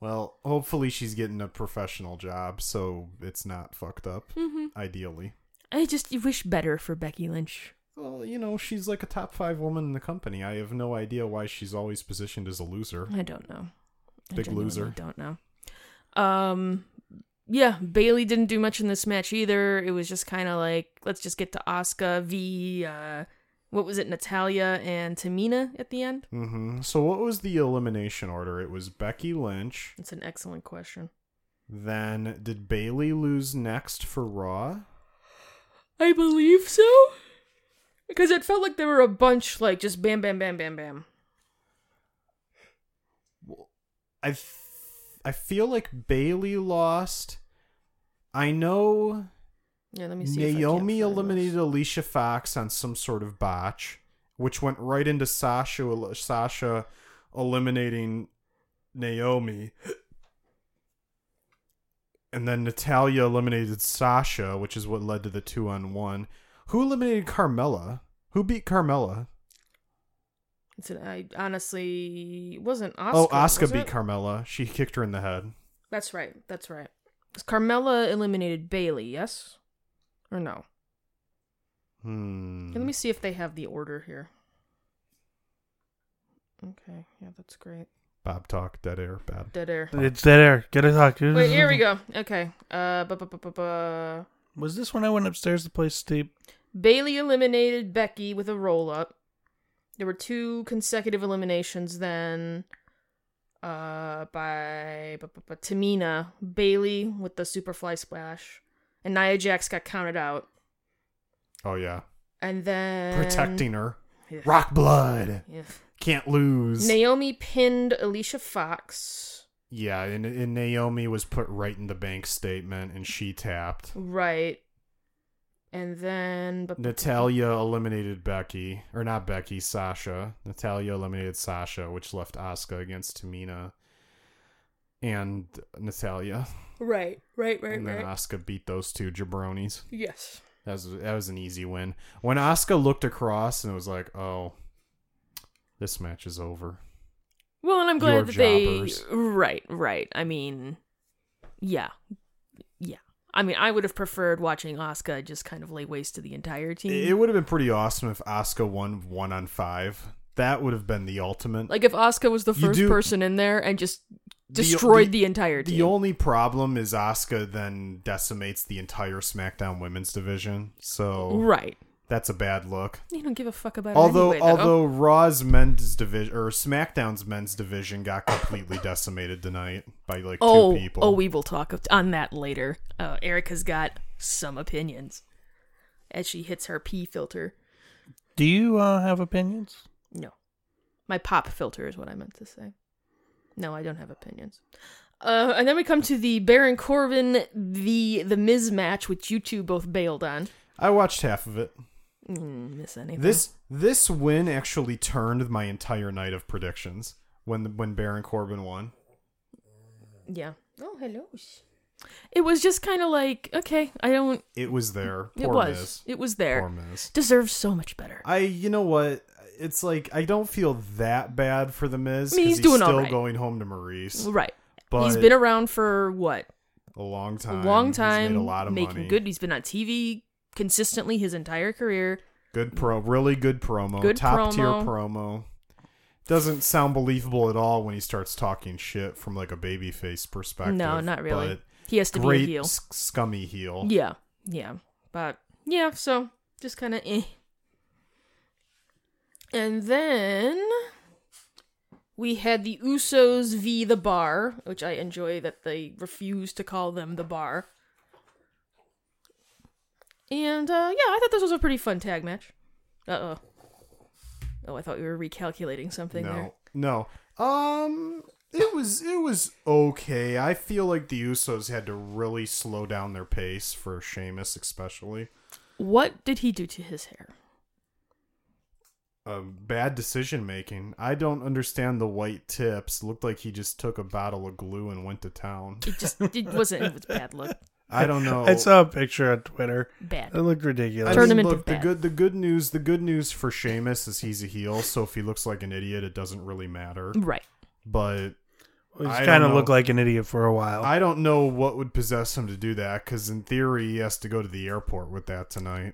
Speaker 2: Well, hopefully she's getting a professional job, so it's not fucked up. Ideally.
Speaker 3: I just you wish better for Becky Lynch.
Speaker 2: Well, you know, she's like a top five woman in the company. I have no idea why she's always positioned as a loser.
Speaker 3: I don't know. I
Speaker 2: Big
Speaker 3: genuinely
Speaker 2: loser.
Speaker 3: Don't know. Um, yeah, Bailey didn't do much in this match either. It was just kind of like let's just get to Asuka v. Uh, what was it, Natalia and Tamina at the end?
Speaker 2: hmm So, what was the elimination order? It was Becky Lynch.
Speaker 3: That's an excellent question.
Speaker 2: Then, did Bailey lose next for Raw?
Speaker 3: I believe so. Because it felt like there were a bunch, like just bam, bam, bam, bam, bam.
Speaker 2: I, f- I feel like Bailey lost. I know
Speaker 3: Yeah, let me see. if I can't
Speaker 2: Naomi
Speaker 3: find those.
Speaker 2: eliminated Alicia Fox on some sort of botch, which went right into Sasha Sasha eliminating Naomi. And then Natalia eliminated Sasha, which is what led to the two on one. Who eliminated Carmella? Who beat Carmella?
Speaker 3: It's an, I honestly it wasn't Oscar.
Speaker 2: Oh, Oscar
Speaker 3: was
Speaker 2: beat
Speaker 3: it?
Speaker 2: Carmella. She kicked her in the head.
Speaker 3: That's right. That's right. 'Cause Carmella eliminated Bailey, yes? Or no?
Speaker 2: Hmm.
Speaker 3: Let me see if they have the order here. Okay, yeah, that's great.
Speaker 2: Bob talk dead air bad.
Speaker 3: Dead air.
Speaker 1: It's dead air. Get it talk.
Speaker 3: Wait, here we go. Okay. Uh, bu- bu- bu- bu- bu-
Speaker 1: Was this when I went upstairs to play Steve?
Speaker 3: Bailey eliminated Becky with a roll up. There were two consecutive eliminations then uh, by bu- bu- bu- Tamina. Bailey with the Superfly Splash. And Nia Jax got counted out.
Speaker 2: Oh yeah,
Speaker 3: And then.
Speaker 2: protecting her.
Speaker 3: Yeah.
Speaker 2: Rock blood
Speaker 3: Yeah.
Speaker 2: can't lose.
Speaker 3: Naomi pinned Alicia Fox.
Speaker 2: yeah, and, and Naomi was put right in the bank statement, and she tapped.
Speaker 3: Right. And then. bu- bu- bu-
Speaker 2: Natalia eliminated Becky, or not Becky, Sasha. Natalia eliminated Sasha, which left Asuka against Tamina and Natalia.
Speaker 3: Right, right, right,
Speaker 2: and then uh,
Speaker 3: right.
Speaker 2: Asuka beat those two jabronis.
Speaker 3: yes.
Speaker 2: That was that was an easy win. When Asuka looked across and it was like, "Oh, this match is over."
Speaker 3: Well, and I'm glad
Speaker 2: Your
Speaker 3: that
Speaker 2: jobbers.
Speaker 3: they. Right, right. I mean, yeah, yeah. I mean, I would have preferred watching Asuka just kind of lay waste to the entire team.
Speaker 2: It would have been pretty awesome if Asuka won one on five. That would have been the ultimate.
Speaker 3: like if Asuka was the
Speaker 2: You
Speaker 3: first
Speaker 2: do-
Speaker 3: person in there and just
Speaker 2: The-
Speaker 3: destroyed
Speaker 2: the-
Speaker 3: the, entire team.
Speaker 2: The only problem is Asuka then decimates the entire SmackDown women's division. So
Speaker 3: right.
Speaker 2: that's a bad look.
Speaker 3: You don't give a fuck about
Speaker 2: Although
Speaker 3: it anyway. though.
Speaker 2: although Raw's men's division or SmackDown's men's division got completely decimated tonight by like two
Speaker 3: oh,
Speaker 2: people.
Speaker 3: oh, we will talk of- on that later. Uh, Erica's got some opinions as she hits her pee filter.
Speaker 1: Do you uh, have opinions?
Speaker 3: No. My pop filter is what I meant to say. No, I don't have opinions. Uh, and then we come to the Baron Corbin the the Miz match, which you two both bailed on.
Speaker 2: I watched half of it.
Speaker 3: Mm, miss anything?
Speaker 2: This this win actually turned my entire night of predictions when the, when Baron Corbin won.
Speaker 3: yeah. Oh, hello. It was just kind of like okay, I don't.
Speaker 2: It was there. Poor
Speaker 3: it was.
Speaker 2: Miz.
Speaker 3: It was there.
Speaker 2: Poor Miz.
Speaker 3: Deserves so much better.
Speaker 2: I you know what? It's like I don't feel that bad for the Miz.
Speaker 3: I mean,
Speaker 2: 'cause
Speaker 3: he's doing
Speaker 2: still
Speaker 3: alright.
Speaker 2: going home to Maurice.
Speaker 3: right.
Speaker 2: But
Speaker 3: He's been around for what
Speaker 2: a long
Speaker 3: a
Speaker 2: time.
Speaker 3: long
Speaker 2: He's
Speaker 3: time,
Speaker 2: made a lot of
Speaker 3: making
Speaker 2: money.
Speaker 3: good. He's been on TV consistently his entire career.
Speaker 2: Good pro, really good promo.
Speaker 3: Good
Speaker 2: Top tier
Speaker 3: promo.
Speaker 2: promo. Doesn't sound believable at all when he starts talking shit from like a babyface perspective.
Speaker 3: no, not really.
Speaker 2: but
Speaker 3: He has to be
Speaker 2: great
Speaker 3: a heel.
Speaker 2: sc- scummy heel.
Speaker 3: Yeah, yeah, but yeah. So just kind of eh. And then we had the Usos v the Bar, which I enjoy that they refuse to call them the Bar. And uh, yeah, I thought this was a pretty fun tag match. Uh oh. Oh, I thought we were recalculating something there.
Speaker 2: No, no. Um, it was it was okay. I feel like the Usos had to really slow down their pace for Sheamus, especially.
Speaker 3: What did he do to his hair?
Speaker 2: Um, bad decision making. I don't understand the white tips. Looked like he just took a bottle of glue and went to town.
Speaker 3: It just it wasn't it was bad look.
Speaker 2: I don't know.
Speaker 1: I saw a picture on Twitter.
Speaker 3: Bad.
Speaker 1: It looked
Speaker 2: I
Speaker 1: ridiculous.
Speaker 3: Turn him into
Speaker 2: look, the
Speaker 3: bad.
Speaker 2: good the good news the good news for Sheamus is he's a heel, so if he looks like an idiot, it doesn't really matter.
Speaker 3: Right.
Speaker 2: But
Speaker 1: He
Speaker 2: I don't
Speaker 1: kind of
Speaker 2: know.
Speaker 1: looked like an idiot for a while.
Speaker 2: I don't know what would possess him to do that, because in theory he has to go to the airport with that tonight.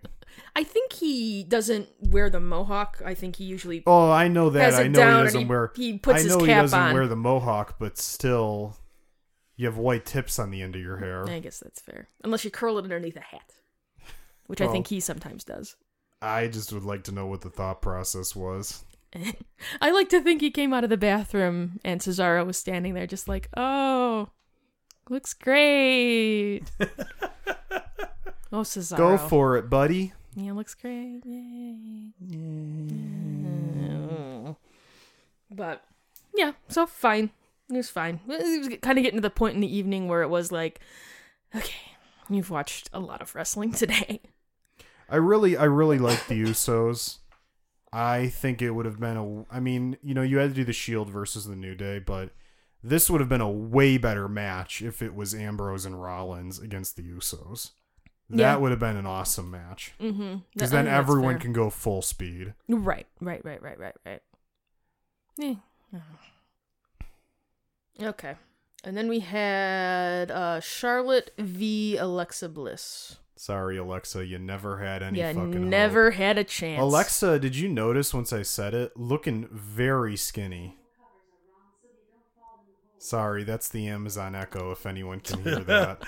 Speaker 3: I think he doesn't wear the mohawk. I think he usually
Speaker 2: Oh, I know that.
Speaker 3: Has it
Speaker 2: I know he
Speaker 3: down and
Speaker 2: doesn't
Speaker 3: he-
Speaker 2: wear.
Speaker 3: he puts
Speaker 2: I
Speaker 3: his
Speaker 2: know he
Speaker 3: cap
Speaker 2: doesn't
Speaker 3: on.
Speaker 2: wear the mohawk, but still, you have white tips on the end of your hair.
Speaker 3: I guess that's fair. Unless you curl it underneath a hat, which I
Speaker 2: Well.
Speaker 3: think he sometimes does.
Speaker 2: I just would like to know what the thought process was.
Speaker 3: I like to think he came out of the bathroom and Cesaro was standing there just like, "Oh, looks great." oh, Cesaro.
Speaker 2: Go for it, buddy.
Speaker 3: Yeah, looks great. Yay. But yeah, so fine. It was fine. It was kind of getting to the point in the evening where it was like, okay, you've watched a lot of wrestling today.
Speaker 2: I really, I really like the Usos. I think it would have been a. I mean, you know, you had to do the Shield versus the New Day, but this would have been a way better match if it was Ambrose and Rollins against the Usos. That
Speaker 3: Yeah.
Speaker 2: would have been an awesome match
Speaker 3: Mm-hmm.
Speaker 2: because then everyone can go full speed.
Speaker 3: Right, right, right, right, right, right. Eh. Okay. And then we had uh, Charlotte v. Alexa Bliss.
Speaker 2: Sorry, Alexa, you never had any
Speaker 3: yeah,
Speaker 2: fucking
Speaker 3: never had a chance.
Speaker 2: hope. Alexa, did you notice once I said it? Looking very skinny. Sorry, that's the Amazon Echo if anyone can hear that.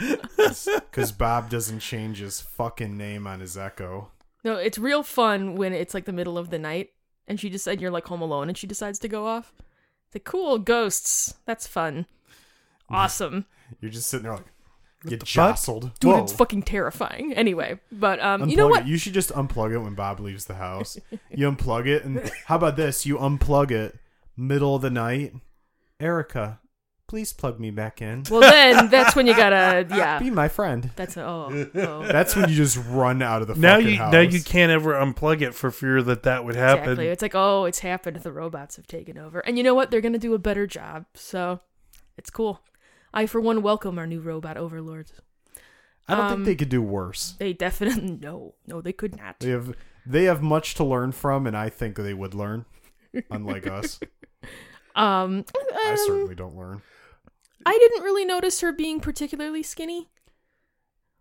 Speaker 2: Because Bob doesn't change his fucking name on his Echo.
Speaker 3: No, it's real fun when it's like the middle of the night and she just and you're like home alone and she decides to go off. The cool ghosts. That's fun. Awesome.
Speaker 2: You're just sitting there like, get
Speaker 1: the fuck?
Speaker 2: jostled.
Speaker 3: Dude,
Speaker 2: Whoa.
Speaker 3: it's fucking terrifying. Anyway, but um
Speaker 2: Unplug
Speaker 3: you know
Speaker 2: It.
Speaker 3: what?
Speaker 2: You should just unplug it when Bob leaves the house. you unplug it, and how about this? You unplug it middle of the night. Erica, please plug me back in.
Speaker 3: Well then that's when you gotta yeah.
Speaker 2: Be my friend.
Speaker 3: That's a, oh, oh.
Speaker 2: That's when you just run out of the
Speaker 1: Now
Speaker 2: fucking
Speaker 1: you
Speaker 2: house.
Speaker 1: now you can't ever unplug it for fear that that would happen.
Speaker 3: Exactly. It's like, oh, it's happened. The robots have taken over. And you know what? They're going to do a better job. So it's cool. I, for one, welcome our new robot overlords.
Speaker 2: I don't
Speaker 3: um,
Speaker 2: think they could do worse.
Speaker 3: They definitely, no, no, they could not.
Speaker 2: They have they have much to learn from, and I think they would learn. Unlike us,
Speaker 3: Um,
Speaker 2: I
Speaker 3: um,
Speaker 2: certainly don't learn.
Speaker 3: I didn't really notice her being particularly skinny.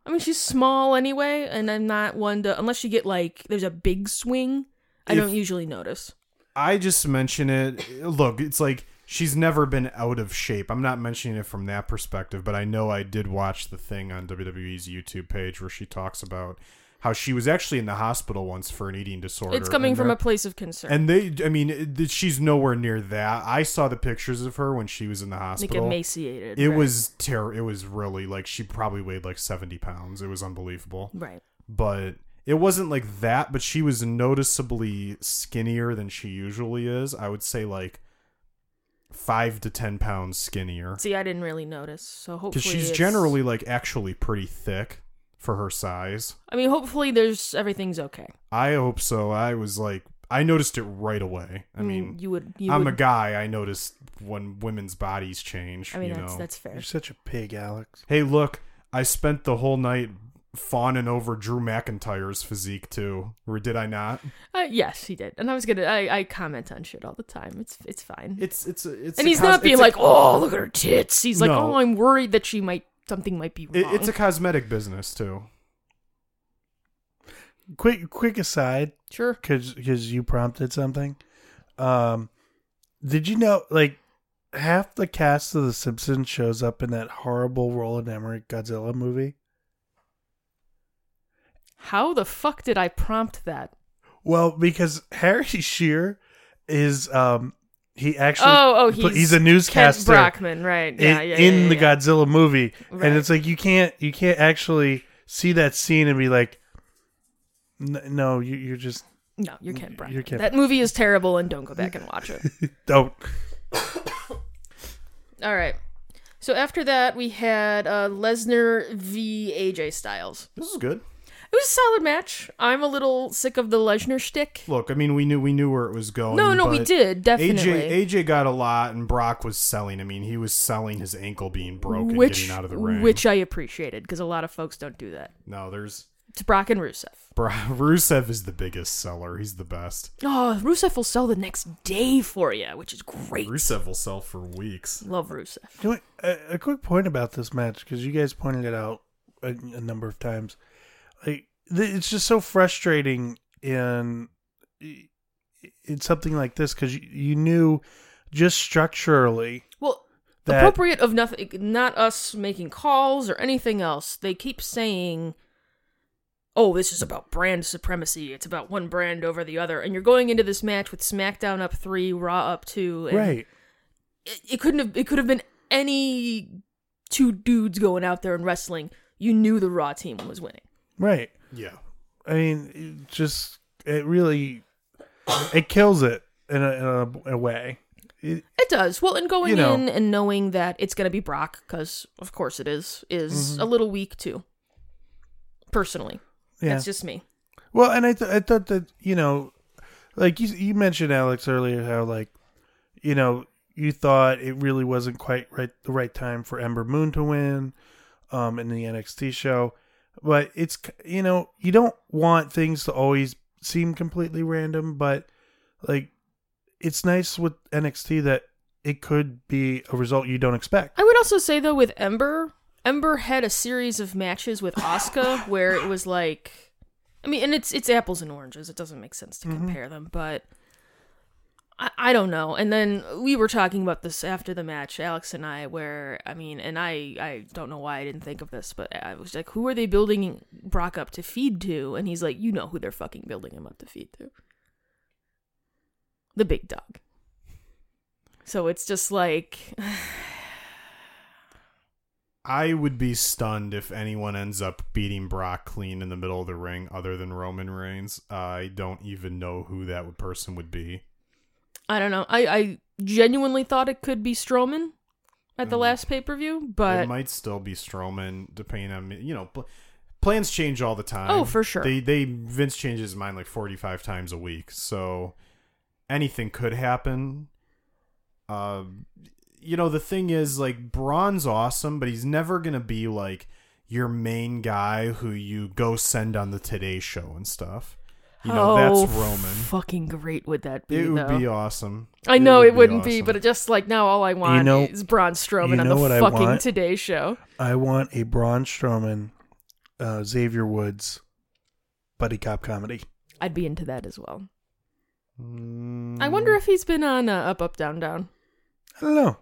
Speaker 3: I mean, she's small anyway, and I'm not one to, unless you get like, there's a big swing, I
Speaker 2: If-
Speaker 3: don't usually notice.
Speaker 2: I just mention it. Look, it's like she's never been out of shape. I'm not mentioning it from that perspective, but I know I did watch the thing on WWE's YouTube page where she talks about how she was actually in the hospital once for an eating disorder.
Speaker 3: It's coming
Speaker 2: and
Speaker 3: from
Speaker 2: they're-
Speaker 3: a place of concern.
Speaker 2: And they, I mean, it- th- she's nowhere near that. I saw the pictures of her when she was in the
Speaker 3: like
Speaker 2: hospital.
Speaker 3: emaciated.
Speaker 2: it
Speaker 3: right.
Speaker 2: was terror. It was really like she probably weighed like 70 pounds. It was unbelievable
Speaker 3: Right.
Speaker 2: but it wasn't like that but she was noticeably skinnier than she usually is i would say like five to ten pounds skinnier
Speaker 3: See, I didn't really notice. So hopefully.
Speaker 2: because she's
Speaker 3: it's-
Speaker 2: generally like actually pretty thick for her size
Speaker 3: I mean, hopefully there's everything's okay.
Speaker 2: i hope so i was like i noticed it right away i
Speaker 3: Mm,
Speaker 2: mean
Speaker 3: you would. You
Speaker 2: i'm
Speaker 3: would,
Speaker 2: a guy i noticed when women's bodies change
Speaker 3: I mean,
Speaker 2: you
Speaker 3: that's
Speaker 2: know
Speaker 3: that's fair.
Speaker 1: You're such a pig, Alex.
Speaker 2: hey look i spent the whole night fawning over drew mcintyre's physique too or did i not
Speaker 3: Uh, yes, he did, and I was gonna. I, I comment on shit all the time. It's it's fine.
Speaker 2: it's it's it's
Speaker 3: and
Speaker 2: a
Speaker 3: he's
Speaker 2: cos-
Speaker 3: not being
Speaker 2: it's a-
Speaker 3: like, oh, look at her tits. He's like,
Speaker 2: No.
Speaker 3: oh, I'm worried that she might something might be wrong.
Speaker 2: It, it's a cosmetic business too.
Speaker 1: Quick quick aside,
Speaker 3: sure.
Speaker 1: because you prompted something. Um, did you know like half the cast of The Simpsons shows up in that horrible Roland Emmerich Godzilla movie?
Speaker 3: How the fuck did I prompt that?
Speaker 1: Well, because Harry Shearer is um he actually
Speaker 3: oh, oh,
Speaker 1: pl-
Speaker 3: he's
Speaker 1: a newscaster
Speaker 3: Kent Brockman, right?
Speaker 1: in,
Speaker 3: yeah, yeah,
Speaker 1: in
Speaker 3: yeah,
Speaker 1: the
Speaker 3: yeah.
Speaker 1: Godzilla movie,
Speaker 3: Right.
Speaker 1: and it's like you can't you can't actually see that scene and be like, "N- no, you you're just
Speaker 3: No, you're Kent Brockman.
Speaker 1: Kent
Speaker 3: that movie is terrible, and don't go back and watch it.
Speaker 1: don't.
Speaker 3: All right. So after that, we had uh, Lesnar v. AJ Styles.
Speaker 2: This is good.
Speaker 3: It was a solid match. I'm a little sick of the Lesnar shtick.
Speaker 2: Look, I mean, we knew we knew where it was going.
Speaker 3: No, no, we
Speaker 2: but
Speaker 3: did definitely.
Speaker 2: AJ AJ got a lot, and Brock was selling. I mean, he was selling his ankle being broken,
Speaker 3: which
Speaker 2: getting out of the ring.
Speaker 3: which I appreciated because a lot of folks don't do that.
Speaker 2: no, there's
Speaker 3: It's Brock and Rusev.
Speaker 2: Bro- Rusev is the biggest seller. He's the best.
Speaker 3: Oh, Rusev will sell the next day for you, which is great.
Speaker 2: Rusev will sell for weeks.
Speaker 3: Love Rusev.
Speaker 1: Can we, a, a quick point about this match because you guys pointed it out a, a number of times. Like th- it's just so frustrating in in something like this because you, you knew just structurally
Speaker 3: Well,
Speaker 1: that
Speaker 3: appropriate of nothing, not us making calls or anything else. They keep saying, "Oh, this is about brand supremacy. It's about one brand over the other." And you're going into this match with SmackDown up three, Raw up two, and
Speaker 1: right.
Speaker 3: it, it couldn't have it could have been any two dudes going out there and wrestling. You knew the Raw team was winning.
Speaker 1: Right.
Speaker 2: Yeah,
Speaker 1: I mean, it just it really it kills it in a, in a, a way. It,
Speaker 3: It does. Well, and going
Speaker 1: You know.
Speaker 3: in and knowing that it's going to be Brock cuz of course it is is
Speaker 1: Mm-hmm.
Speaker 3: a little weak too. Personally.
Speaker 1: yeah.
Speaker 3: That's just me.
Speaker 1: well, and I th- I thought that you know, like you you mentioned Alex earlier how like you know you thought it really wasn't quite right the right time for Ember Moon to win, um, in the NXT show, but it's c- you know you don't want things to always seem completely random, but like it's nice with NXT that it could be a result you don't expect.
Speaker 3: I would also say though with Ember, Ember had a series of matches with Asuka where it was like I mean, and it's it's apples and oranges. It doesn't make sense to compare them, but I, I don't know. And then we were talking about this after the match, Alex and I, where I mean, and I I don't know why I didn't think of this, but I was like, who are they building Brock up to feed to? And he's like, you know who they're fucking building him up to feed to. The big dog. So it's just like
Speaker 2: I would be stunned if anyone ends up beating Brock clean in the middle of the ring other than Roman Reigns. I don't even know who that would- person would be.
Speaker 3: I don't know. I, I genuinely thought it could be Strowman at the last pay per view, but
Speaker 2: Mm. it might still be Strowman, depending on you know pl- plans change all the time.
Speaker 3: Oh, for sure.
Speaker 2: They they Vince changes his mind like forty five times a week, so anything could happen. Uh, you know the thing is like Braun's awesome, but he's never gonna be like your main guy who you go send on the Today Show and stuff. You know
Speaker 3: how
Speaker 2: that's Roman.
Speaker 3: Fucking great would that be?
Speaker 2: it would
Speaker 3: Oh, though?
Speaker 2: be awesome.
Speaker 3: I know it,
Speaker 2: would
Speaker 3: wouldn't be,
Speaker 2: awesome.
Speaker 3: but it just like now all I want
Speaker 1: know-
Speaker 3: is Braun Strowman
Speaker 1: you know
Speaker 3: on
Speaker 1: what
Speaker 3: the
Speaker 1: I
Speaker 3: fucking
Speaker 1: want?
Speaker 3: Today Show.
Speaker 1: I want a Braun Strowman, uh, Xavier Woods, buddy cop comedy.
Speaker 3: I'd be into that as well.
Speaker 2: Mm,
Speaker 3: I wonder if he's been on uh, Up Up Down Down.
Speaker 1: I don't know.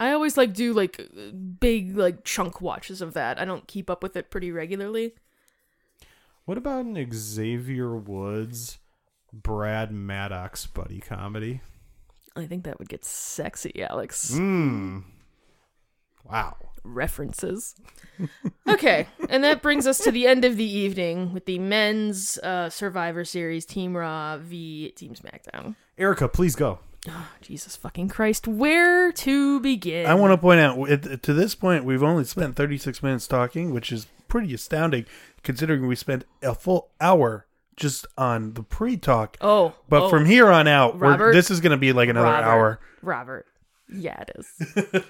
Speaker 3: I always like do like uh, big like chunk watches of that. I don't keep up with it pretty regularly.
Speaker 2: What about an Xavier Woods, Brad Maddox buddy comedy?
Speaker 3: I think that would get sexy, Alex.
Speaker 2: Mmm. Wow.
Speaker 3: references. okay, and that brings us to the end of the evening with the men's uh, Survivor Series Team Raw v Team SmackDown.
Speaker 2: Erica, please go.
Speaker 3: Oh, Jesus fucking Christ, where to begin?
Speaker 1: I want to point out at- to this point we've only spent 36 minutes talking, which is pretty astounding considering we spent a full hour just on the pre-talk.
Speaker 3: Oh,
Speaker 1: but
Speaker 3: oh,
Speaker 1: from here on out, we're,
Speaker 3: Robert.
Speaker 1: this is going to be like another
Speaker 3: Robert,
Speaker 1: hour.
Speaker 3: Robert, yeah, it is.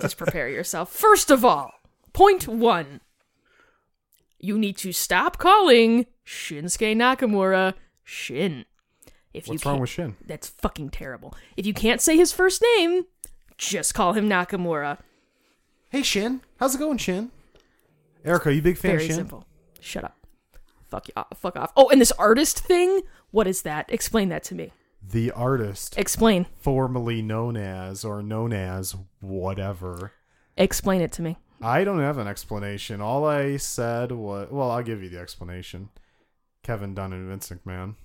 Speaker 3: Just prepare yourself. First of all, point one: you need to stop calling Shinsuke Nakamura Shin. If
Speaker 2: What's
Speaker 3: you
Speaker 2: wrong
Speaker 3: can't-
Speaker 2: with Shin?
Speaker 3: That's fucking terrible. If you can't say his first name, just call him Nakamura.
Speaker 2: Hey, Shin. How's it going, Shin? Erica, you big fan
Speaker 3: Very
Speaker 2: of Shin?
Speaker 3: simple. Shut up. Fuck you. off- Fuck off. Oh, and this artist thing. What is that? Explain that to me.
Speaker 2: The artist,
Speaker 3: Explain.
Speaker 2: formerly known as or known as whatever.
Speaker 3: Explain it to me.
Speaker 2: I don't have an explanation. All I said was, well, I'll give you the explanation. Kevin Dunn and Vince McMahon.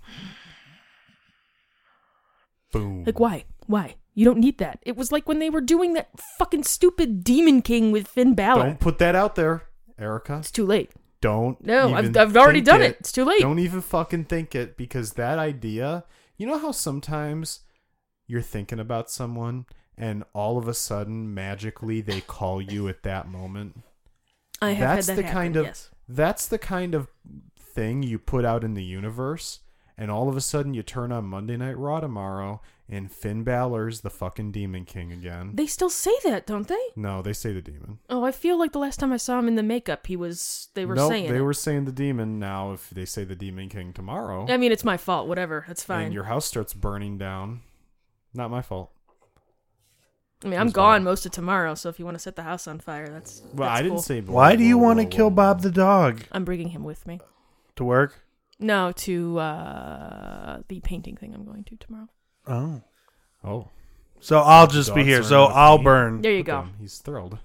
Speaker 2: Boom.
Speaker 3: Like why? Why? You don't need that. It was like when they were doing that fucking stupid Demon King with Finn Balor.
Speaker 2: Don't put that out there, Erica.
Speaker 3: It's too late.
Speaker 2: Don't.
Speaker 3: No, I've-
Speaker 2: even
Speaker 3: I've already
Speaker 2: think
Speaker 3: done it. It's too late.
Speaker 2: Don't even fucking think it because that idea. You know how sometimes you're thinking about someone and all of a sudden magically they call you at that moment.
Speaker 3: I have
Speaker 2: that's
Speaker 3: had
Speaker 2: the
Speaker 3: that happen,
Speaker 2: kind of
Speaker 3: yes.
Speaker 2: that's the kind of thing you put out in the universe, and all of a sudden you turn on Monday Night Raw tomorrow and Finn Balor's the fucking Demon King again.
Speaker 3: They still say that, don't they?
Speaker 2: no, they say the demon.
Speaker 3: Oh, I feel like the last time I saw him in the makeup, he was. They were
Speaker 2: Nope,
Speaker 3: saying.
Speaker 2: they
Speaker 3: it.
Speaker 2: were saying the demon. Now, if they say the Demon King tomorrow,
Speaker 3: I mean, it's my fault. Whatever. That's fine.
Speaker 2: and your house starts burning down. Not my fault.
Speaker 3: I mean, I'm
Speaker 2: Who's Bob?
Speaker 3: gone most of tomorrow, so if you want to set the house on fire, that's
Speaker 2: Well,
Speaker 3: that's
Speaker 2: I didn't
Speaker 3: cool.
Speaker 2: say.
Speaker 1: Why do you
Speaker 2: Whoa,
Speaker 1: want to
Speaker 2: whoa,
Speaker 1: kill
Speaker 2: whoa,
Speaker 1: Bob
Speaker 2: whoa.
Speaker 1: the dog
Speaker 3: I'm bringing him with me.
Speaker 1: to work?
Speaker 3: No, to uh, the painting thing I'm going to tomorrow.
Speaker 1: Oh.
Speaker 2: Oh,
Speaker 1: So I'll just be
Speaker 2: Dogs
Speaker 1: here.
Speaker 2: are
Speaker 1: So
Speaker 2: not
Speaker 1: I'll
Speaker 2: mean.
Speaker 1: burn.
Speaker 3: There you
Speaker 2: look
Speaker 3: go.
Speaker 2: at him. He's thrilled.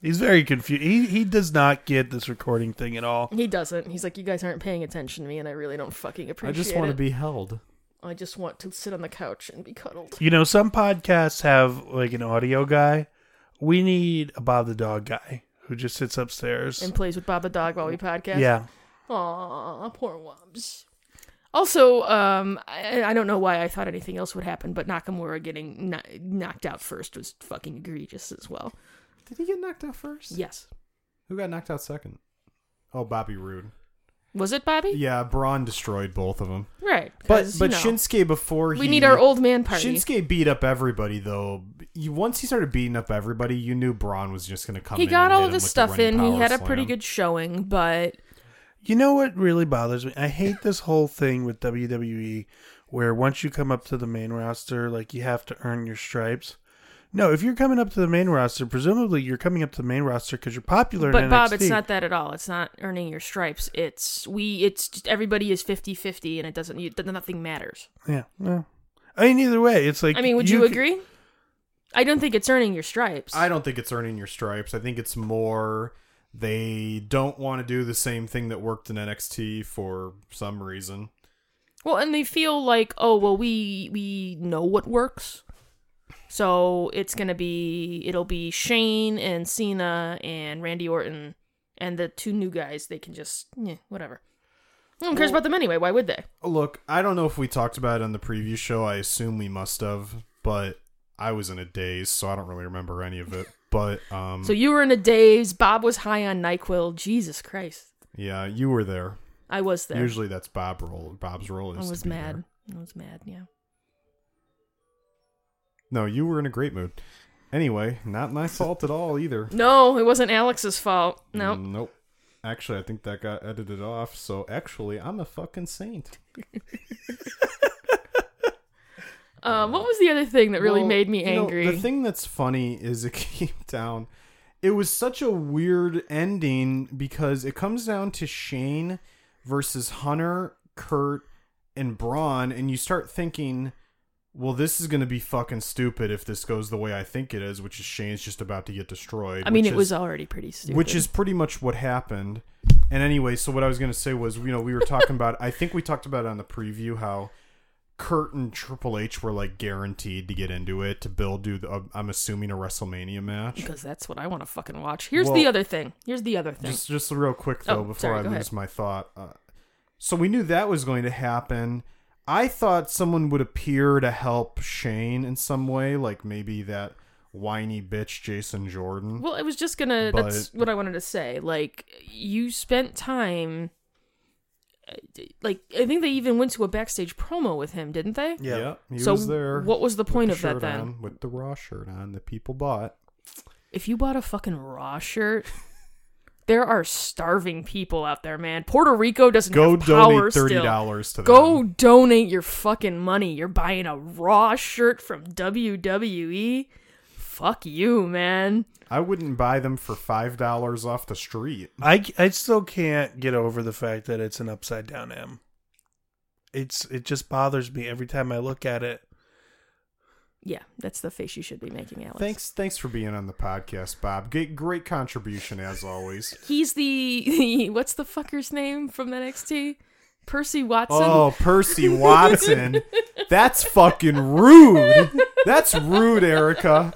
Speaker 1: He's very confused. He he does not get this recording thing at all.
Speaker 3: He doesn't. He's like, you guys aren't paying attention to me, and I really don't fucking
Speaker 2: I
Speaker 3: appreciate
Speaker 2: just want to
Speaker 3: it.
Speaker 2: be held.
Speaker 3: I just want to sit on the couch and be cuddled.
Speaker 1: You know, some podcasts have like an audio guy. We need a Bob the dog guy who just sits upstairs.
Speaker 3: And plays with Baba Dog while we podcast.
Speaker 1: yeah.
Speaker 3: Aw, poor Wubs. Also, um, I, I don't know why I thought anything else would happen, but Nakamura getting kno- knocked out first was fucking egregious as well.
Speaker 2: Did he get knocked out first?
Speaker 3: Yes.
Speaker 2: Who got knocked out second? Oh, Bobby Roode.
Speaker 3: Was it Bobby?
Speaker 2: Yeah, Braun destroyed both of them.
Speaker 3: Right.
Speaker 2: But
Speaker 3: 'cause,
Speaker 2: but
Speaker 3: you know,
Speaker 2: Shinsuke before he
Speaker 3: we need our old man party.
Speaker 2: Shinsuke beat up everybody though. You, once he started beating up everybody, you knew Braun was just going to come.
Speaker 3: he
Speaker 2: in
Speaker 3: got
Speaker 2: and
Speaker 3: all
Speaker 2: hit
Speaker 3: of
Speaker 2: him
Speaker 3: his
Speaker 2: with the
Speaker 3: stuff
Speaker 2: running
Speaker 3: in. He
Speaker 2: power
Speaker 3: had a
Speaker 2: slam.
Speaker 3: pretty good showing, but
Speaker 1: You know what really bothers me? I hate this whole thing with WWE E where once you come up to the main roster, like you have to earn your stripes. No, if you're coming up to the main roster, presumably you're coming up to the main roster because you're popular.
Speaker 3: But
Speaker 1: in
Speaker 3: Bob,
Speaker 1: NXT.
Speaker 3: it's not that at all. It's not earning your stripes. It's we. It's just, everybody is 50-50 and it doesn't. You, nothing matters.
Speaker 1: Yeah. No. I mean, either way, it's like.
Speaker 3: I mean, would you,
Speaker 1: c-
Speaker 3: agree? I don't think it's earning your stripes.
Speaker 2: I don't think it's earning your stripes. I think it's more they don't want to do the same thing that worked in NXT for some reason.
Speaker 3: Well, and they feel like, oh, well, we we know what works, so it's gonna be it'll be Shane and Cena and Randy Orton and the two new guys. They can just yeah, whatever. No one cares about them anyway. Why would they?
Speaker 2: Look, I don't know if we talked about it on the preview show. I assume we must have, but I was in a daze, so I don't really remember any of it. But um,
Speaker 3: So you were in a daze. Bob was high on Nyquil. Jesus Christ,
Speaker 2: yeah, you were there.
Speaker 3: I was there.
Speaker 2: Usually that's Bob role. Bob's role
Speaker 3: I
Speaker 2: is. to
Speaker 3: was
Speaker 2: be
Speaker 3: mad.
Speaker 2: there.
Speaker 3: I was mad. Yeah.
Speaker 2: No, you were in a great mood. Anyway, not my fault at all either.
Speaker 3: No, it wasn't Alex's fault. No.
Speaker 2: Nope. Actually, I think that got edited off. So actually, I'm a fucking saint.
Speaker 3: Um, what was the other thing that really
Speaker 2: Well,
Speaker 3: made me
Speaker 2: you know,
Speaker 3: angry?
Speaker 2: the thing that's funny is it came down. It was such a weird ending because it comes down to Shane versus Hunter, Kurt, and Braun, and you start thinking, well, this is going to be fucking stupid if this goes the way I think it is, which is Shane's just about to get destroyed.
Speaker 3: I mean,
Speaker 2: which
Speaker 3: it
Speaker 2: is-
Speaker 3: was already pretty stupid.
Speaker 2: which is pretty much what happened. And anyway, so what I was going to say was, you know, we were talking about. I think we talked about it on the preview how Kurt and Triple H were like guaranteed to get into it to build. Do the, uh, I'm assuming a WrestleMania match.
Speaker 3: because that's what I want to fucking watch. Here's the
Speaker 2: Well-
Speaker 3: other thing. Here's the other thing.
Speaker 2: Just just real quick though,
Speaker 3: Oh,
Speaker 2: before
Speaker 3: sorry,
Speaker 2: I
Speaker 3: go
Speaker 2: lose
Speaker 3: ahead.
Speaker 2: my thought. Uh, so we knew that was going to happen. I thought someone would appear to help Shane in some way, like maybe that whiny bitch Jason Jordan.
Speaker 3: well, I was just gonna. that's
Speaker 2: But-
Speaker 3: what I wanted to say. Like, you spent time. uh, Like, I think they even went to a backstage promo with him, didn't they?
Speaker 1: Yeah.
Speaker 2: he
Speaker 3: so
Speaker 2: was there.
Speaker 3: what was the point of that
Speaker 2: shirt
Speaker 3: then?
Speaker 2: on, with the raw shirt on that people bought.
Speaker 3: If you bought a fucking Raw shirt, there are starving people out there, man. Puerto Rico doesn't
Speaker 2: Go
Speaker 3: have power
Speaker 2: donate thirty
Speaker 3: still.
Speaker 2: dollars to them.
Speaker 3: Go donate your fucking money. You're buying a Raw shirt from WWE. Fuck you, man.
Speaker 2: I wouldn't buy them for five dollars off the street.
Speaker 1: I, I still can't get over the fact that it's an upside down M. It's It just bothers me every time I look at it.
Speaker 3: Yeah, that's the face you should be making, Alex.
Speaker 2: Thanks, thanks for being on the podcast, Bob. Great, great contribution as always.
Speaker 3: He's the what's the fucker's name from NXT? Percy Watson.
Speaker 2: Oh, Percy Watson, that's fucking rude. That's rude, Erica.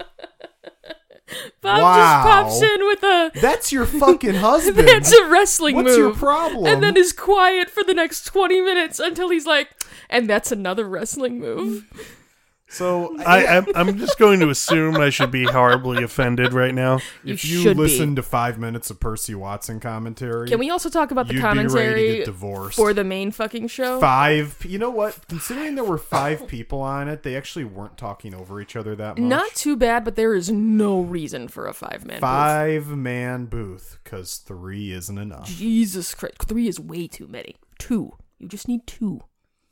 Speaker 3: Bob
Speaker 2: wow.
Speaker 3: just pops in with a
Speaker 2: That's your fucking husband.
Speaker 3: that's a wrestling
Speaker 2: What's
Speaker 3: move.
Speaker 2: your problem?
Speaker 3: And then is quiet for the next twenty minutes until he's like, and that's another wrestling
Speaker 2: Mm,
Speaker 3: move.
Speaker 2: so
Speaker 1: I, I'm, I'm just going to assume I should be horribly offended right now.
Speaker 2: if
Speaker 3: you
Speaker 2: you
Speaker 3: should be.
Speaker 2: listen to five minutes of Percy Watson commentary,
Speaker 3: Can we also talk about the
Speaker 2: You'd be ready to
Speaker 3: commentary
Speaker 2: get divorced.
Speaker 3: for the main fucking show?
Speaker 2: five you know what considering there were five people on it they actually weren't talking over each other that much
Speaker 3: Not too bad, but there is no reason for a five man.
Speaker 2: five man booth because three isn't enough
Speaker 3: Jesus Christ. Three is way too many. Two. You just need two.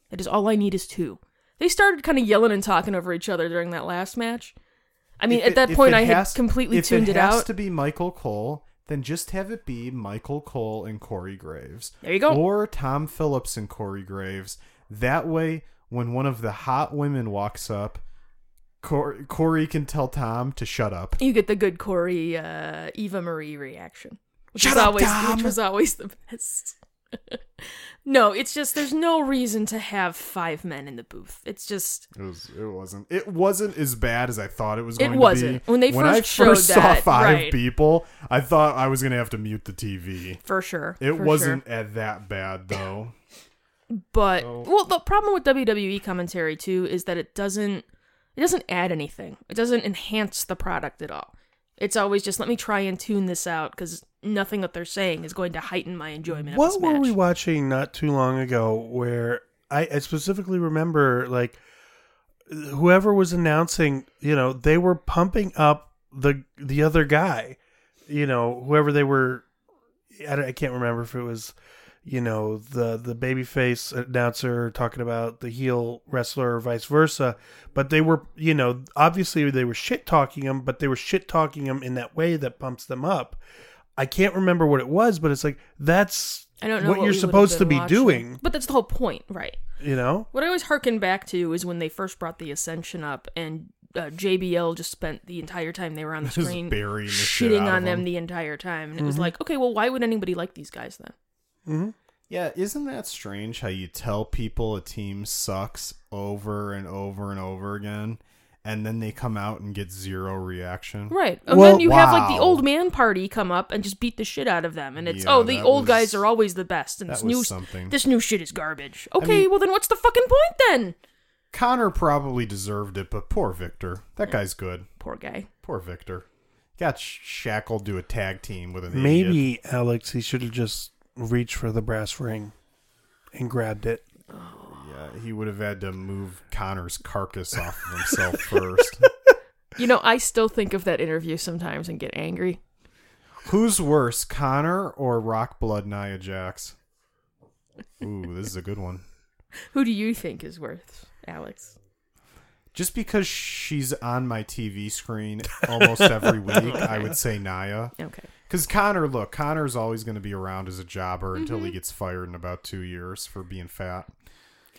Speaker 3: That is all I need is two. They started kind of yelling and talking over each other during that last match. I mean,
Speaker 2: If
Speaker 3: at
Speaker 2: it-
Speaker 3: that
Speaker 2: if
Speaker 3: point,
Speaker 2: it
Speaker 3: I had
Speaker 2: has-
Speaker 3: completely
Speaker 2: if
Speaker 3: tuned it,
Speaker 2: it has
Speaker 3: out.
Speaker 2: to be michael cole then just have it be michael cole and corey graves
Speaker 3: There you go.
Speaker 2: or tom phillips and corey graves that way when one of the hot women walks up Cor- corey can tell tom to shut up
Speaker 3: you get the good Corey uh, Eva Marie reaction, which
Speaker 2: Shut
Speaker 3: is
Speaker 2: up,
Speaker 3: always
Speaker 2: Dom!
Speaker 3: which was always the best. no, it's just there's no reason to have five men in the booth. It's just
Speaker 2: It was. It wasn't. It wasn't as bad as I thought it was.
Speaker 3: It
Speaker 2: Going
Speaker 3: wasn't.
Speaker 2: To be.
Speaker 3: When they
Speaker 2: I
Speaker 3: first showed
Speaker 2: first saw
Speaker 3: that,
Speaker 2: five
Speaker 3: right.
Speaker 2: people, I thought I was gonna have to mute the TV.
Speaker 3: for sure.
Speaker 2: It
Speaker 3: for sure.
Speaker 2: wasn't at that bad though.
Speaker 3: but well the problem with WWE commentary too is that it doesn't it doesn't add anything. It doesn't enhance the product at all. It's always just let me try and tune this out cuz nothing that they're saying is going to heighten my enjoyment of
Speaker 1: What
Speaker 3: this
Speaker 1: were
Speaker 3: match.
Speaker 1: we watching not too long ago where I, I specifically remember like whoever was announcing, you know, they were pumping up the the other guy, you know, whoever they were I, don't- I can't remember if it was you know the the babyface announcer talking about the heel wrestler or vice versa but they were you know obviously they were shit talking them but they were shit talking them in that way that pumps them up i can't remember what it was but it's like that's
Speaker 3: I don't know
Speaker 1: what,
Speaker 3: we
Speaker 1: you're
Speaker 3: would've
Speaker 1: supposed to
Speaker 3: been
Speaker 1: be
Speaker 3: watching.
Speaker 1: doing
Speaker 3: But that's the whole point, right?
Speaker 1: you know
Speaker 3: What I always hearken back to is when they first brought the Ascension up, and uh, JBL just spent the entire time they were on the
Speaker 2: Just
Speaker 3: screen
Speaker 2: burying the shit
Speaker 3: shitting
Speaker 2: out of
Speaker 3: on them
Speaker 2: them.
Speaker 3: the entire time, and it
Speaker 1: Mm-hmm.
Speaker 3: was like, okay, well, why would anybody like these guys then?
Speaker 2: Yeah, isn't that strange how you tell people a team sucks over and over and over again, and then they come out and get zero reaction?
Speaker 3: Right. And
Speaker 1: Well-
Speaker 3: then you have like the
Speaker 2: Wow.
Speaker 3: old man party come up and just beat the shit out of them. And it's,
Speaker 2: Yeah,
Speaker 3: oh, the
Speaker 2: that
Speaker 3: old
Speaker 2: was-
Speaker 3: guys are always the best. And
Speaker 2: that
Speaker 3: this
Speaker 2: was
Speaker 3: new,
Speaker 2: something.
Speaker 3: this new shit is garbage. Okay,
Speaker 2: mean-
Speaker 3: well, then what's the fucking point then?
Speaker 2: Connor probably deserved it, but poor Victor. That guy's good.
Speaker 3: Poor guy.
Speaker 2: Poor Victor. Got sh- shackled to a tag team with an idiot.
Speaker 1: maybe alex he should have just reached for the brass ring and grabbed it
Speaker 2: Yeah, he would have had to move Connor's carcass off of himself first.
Speaker 3: You know, I still think of that interview sometimes and get angry.
Speaker 2: Who's worse, Connor or Rockblood Nia Jax? Ooh, this is a good one.
Speaker 3: Who do you think is worth, Alex?
Speaker 2: Just because she's on my TV screen almost every week, I would say Naya.
Speaker 3: Okay.
Speaker 2: Because Connor, look, Connor's always going to be around as a jobber until he gets fired in about two years for being fat.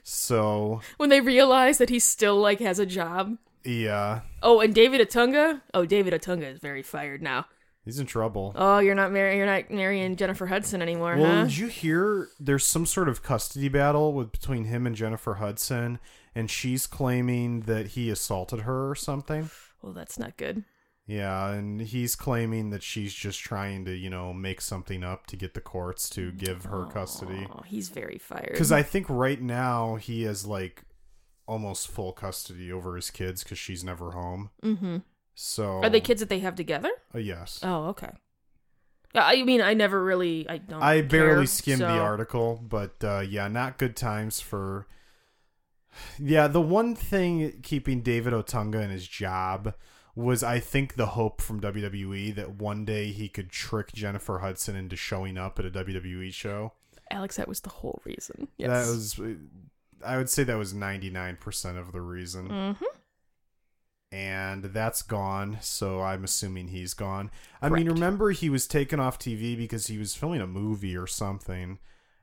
Speaker 2: So,
Speaker 3: When they realize that he still like has a job.
Speaker 2: yeah,
Speaker 3: Oh, and David Atunga? Oh, David Atunga is very fired now.
Speaker 2: he's in trouble.
Speaker 3: Oh, you're not marrying you're not marrying Jennifer Hudson anymore,
Speaker 2: well,
Speaker 3: huh?
Speaker 2: did you hear there's some sort of custody battle with between him and Jennifer Hudson, and she's claiming that he assaulted her or something?
Speaker 3: well, that's not good.
Speaker 2: Yeah, and he's claiming that she's just trying to, you know, make something up to get the courts to give her custody.
Speaker 3: Oh, he's very fired.
Speaker 2: Because I think right now he has like almost full custody over his kids because she's never home.
Speaker 3: mm-hmm.
Speaker 2: So
Speaker 3: Are they kids that they have together?
Speaker 2: Uh, yes,
Speaker 3: Oh, okay. Yeah, I mean, I never really, I don't.
Speaker 2: I barely
Speaker 3: care,
Speaker 2: skimmed
Speaker 3: so-
Speaker 2: the article, but uh, yeah, not good times for. Yeah, the one thing keeping David Otunga in his job was, I think, the hope from WWE that one day he could trick Jennifer Hudson into showing up at a WWE show.
Speaker 3: Alex, that was the whole reason. Yes.
Speaker 2: That was, I would say that was 99% of the reason.
Speaker 3: Mm-hmm.
Speaker 2: And that's gone, so I'm assuming he's gone. I mean,
Speaker 3: Correct.
Speaker 2: remember he was taken off TV because he was filming a movie or something,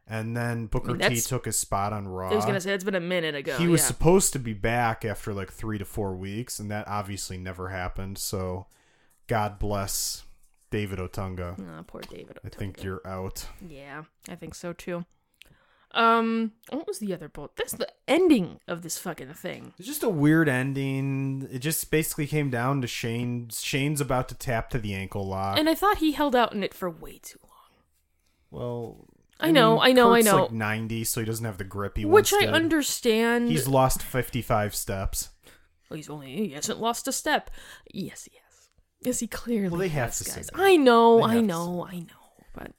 Speaker 2: and then Booker T
Speaker 3: that's-
Speaker 2: took his spot on Raw.
Speaker 3: I was gonna say it's been a minute ago.
Speaker 2: he was
Speaker 3: yeah.
Speaker 2: supposed to be back after like three to four weeks, and that obviously never happened. So, God bless David Otunga.
Speaker 3: Aw, poor David.
Speaker 2: I think
Speaker 3: Otunga.
Speaker 2: you're out.
Speaker 3: Yeah, I think so too. Um, what was the other bolt? That's the ending of this fucking thing.
Speaker 2: It's just a weird ending. It just basically came down to Shane. Shane's about to tap to the ankle lock.
Speaker 3: And I thought he held out in it for way too long.
Speaker 2: well,
Speaker 3: I know, I know, I
Speaker 2: Kurt's
Speaker 3: know.
Speaker 2: Like ninety, so he doesn't have the grip he
Speaker 3: Which
Speaker 2: once
Speaker 3: I
Speaker 2: did.
Speaker 3: understand.
Speaker 2: He's lost fifty-five steps.
Speaker 3: Well, he's only he hasn't lost a step. Yes, he has. Yes, he clearly
Speaker 2: Well, they have
Speaker 3: has,
Speaker 2: to say
Speaker 3: guys.
Speaker 2: that.
Speaker 3: I know,
Speaker 2: They
Speaker 3: I
Speaker 2: have to
Speaker 3: know, I know. But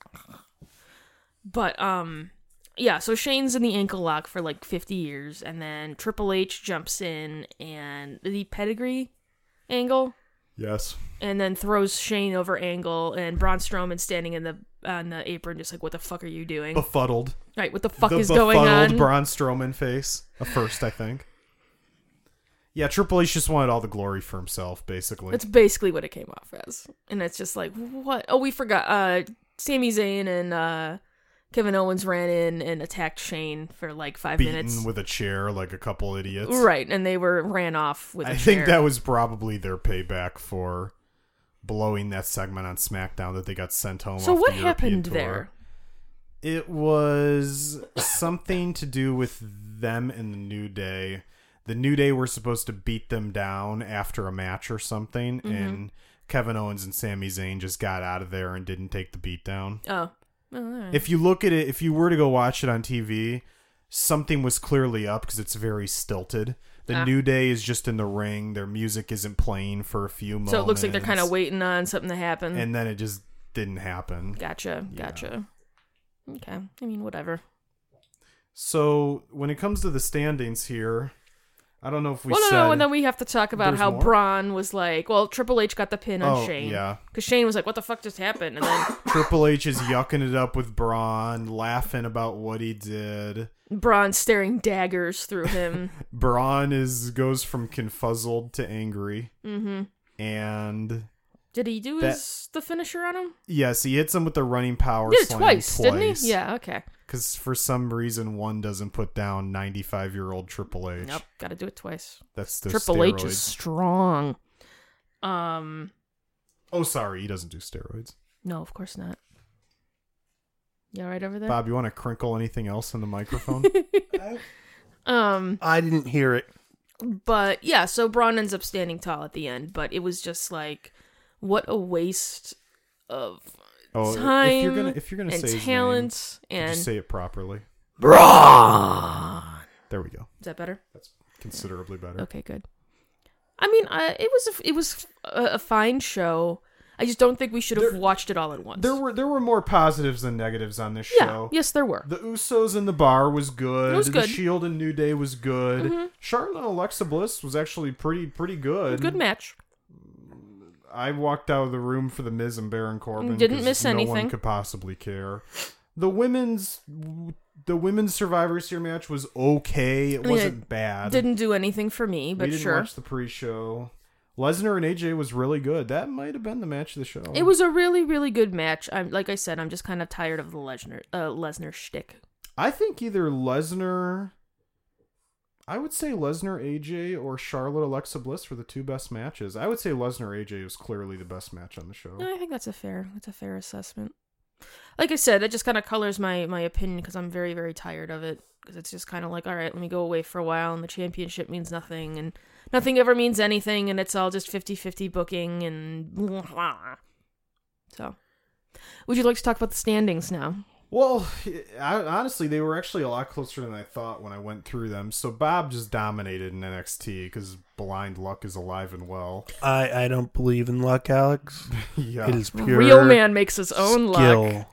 Speaker 3: but um yeah, so Shane's in the ankle lock for like 50 years and then Triple H jumps in and the pedigree angle
Speaker 2: Yes.
Speaker 3: and then throws Shane over angle and Braun Strowman standing in the on the apron just like what the fuck are you doing?
Speaker 2: Befuddled.
Speaker 3: right, what the fuck
Speaker 2: the
Speaker 3: is going
Speaker 2: befuddled
Speaker 3: on?
Speaker 2: Braun Strowman face. A first, I think. Yeah, Triple H just wanted all the glory for himself, basically.
Speaker 3: That's basically what it came off as. And it's just like, what? Oh, we forgot. Uh, Sami Zayn and uh, Kevin Owens ran in and attacked Shane for like five
Speaker 2: Beaten
Speaker 3: minutes.
Speaker 2: with a chair like a couple idiots.
Speaker 3: right. And they were ran off with a
Speaker 2: I
Speaker 3: chair.
Speaker 2: think that was probably their payback for blowing that segment on SmackDown that they got sent home.
Speaker 3: So
Speaker 2: off the
Speaker 3: what
Speaker 2: European
Speaker 3: happened
Speaker 2: tour.
Speaker 3: there?
Speaker 2: It was something to do with them and the New Day. The New Day were supposed to beat them down after a match or something,
Speaker 3: Mm-hmm.
Speaker 2: and Kevin Owens and Sami Zayn just got out of there and didn't take the beatdown.
Speaker 3: Oh. Oh, all right.
Speaker 2: If you look at it, if you were to go watch it on TV, something was clearly up because it's very stilted. The
Speaker 3: Ah.
Speaker 2: New Day is just in the ring. Their music isn't playing for a few moments.
Speaker 3: so it looks like they're kind of waiting on something to happen.
Speaker 2: And then it just didn't happen.
Speaker 3: gotcha. Gotcha. Okay. I mean, whatever.
Speaker 2: So when it comes to the standings here, I don't know if we
Speaker 3: well, no,
Speaker 2: said.
Speaker 3: no, and then we have to talk about
Speaker 2: There's
Speaker 3: how
Speaker 2: more?
Speaker 3: Braun was like, well, Triple H got the pin on
Speaker 2: Oh,
Speaker 3: Shane.
Speaker 2: yeah.
Speaker 3: Because Shane was like, what the fuck just happened? And then
Speaker 2: Triple H is yucking it up with Braun, laughing about what he did.
Speaker 3: Braun staring daggers through him.
Speaker 2: Braun is goes from confuzzled to angry,
Speaker 3: hmm
Speaker 2: and
Speaker 3: Did he do
Speaker 2: That-
Speaker 3: his the finisher on him?
Speaker 2: yes, he hits him with the running power.
Speaker 3: He did it
Speaker 2: slam
Speaker 3: twice, didn't
Speaker 2: twice.
Speaker 3: he? Yeah, okay.
Speaker 2: because for some reason one doesn't put down ninety-five-year-old Triple H.
Speaker 3: Nope, got to do it twice.
Speaker 2: That's the
Speaker 3: Triple
Speaker 2: steroids.
Speaker 3: H is strong. Um,
Speaker 2: Oh, sorry, he doesn't do steroids.
Speaker 3: no, of course not. You all right over there?
Speaker 2: Bob, you want to crinkle anything else in the microphone?
Speaker 3: Um,
Speaker 1: I didn't hear it.
Speaker 3: but yeah, so Braun ends up standing tall at the end, but it was just like, what a waste of
Speaker 2: Oh,
Speaker 3: time
Speaker 2: if you're gonna if you're gonna
Speaker 3: and
Speaker 2: say his name,
Speaker 3: talent
Speaker 2: could you
Speaker 3: and
Speaker 2: say it properly.
Speaker 3: Braun.
Speaker 2: There we go.
Speaker 3: Is that better?
Speaker 2: That's considerably better.
Speaker 3: Okay, good. I mean, I, it was a, it was a, a fine show. I just don't think we should have
Speaker 2: There-
Speaker 3: watched it all at once.
Speaker 2: There were there were more positives than negatives on this
Speaker 3: yeah,
Speaker 2: show.
Speaker 3: yes, there were.
Speaker 2: The Usos in the bar was good.
Speaker 3: It was
Speaker 2: The
Speaker 3: good. Mm-hmm.
Speaker 2: Shield and New Day was good. Charlotte and Alexa Bliss was actually pretty pretty good.
Speaker 3: Good match.
Speaker 2: I walked out of the room for the Miz and Baron Corbin.
Speaker 3: Didn't
Speaker 2: 'cause
Speaker 3: miss
Speaker 2: no
Speaker 3: anything.
Speaker 2: one could possibly care. The women's the women's Survivor Series match was okay. It
Speaker 3: mean,
Speaker 2: wasn't
Speaker 3: it
Speaker 2: bad.
Speaker 3: Didn't do anything for me,
Speaker 2: we
Speaker 3: but
Speaker 2: didn't
Speaker 3: sure.
Speaker 2: watch the pre-show. Lesnar and AJ was really good. That might have been the match of the show.
Speaker 3: It was a really, really good match. I'm like I said, I'm just kind of tired of the Lesnar uh, Lesnar shtick.
Speaker 2: I think either Lesnar. I would say Lesnar AJ or Charlotte Alexa Bliss were the two best matches. I would say Lesnar AJ was clearly the best match on the show.
Speaker 3: No, I think that's a fair that's a fair assessment. Like I said, that just kind of colors my my opinion because I'm very, very tired of it. Because it's just kind of like, all right, let me go away for a while, and the championship means nothing, and nothing ever means anything, and it's all just 50-50 booking and blah, blah. So, would you like to talk about the standings now?
Speaker 2: Well, I, honestly, they were actually a lot closer than I thought when I went through them. So Bob just dominated in NXT because blind luck is alive and well.
Speaker 1: I, I don't believe in luck, Alex.
Speaker 2: yeah,
Speaker 1: It is pure
Speaker 3: Real man makes his own
Speaker 1: skill.
Speaker 3: luck.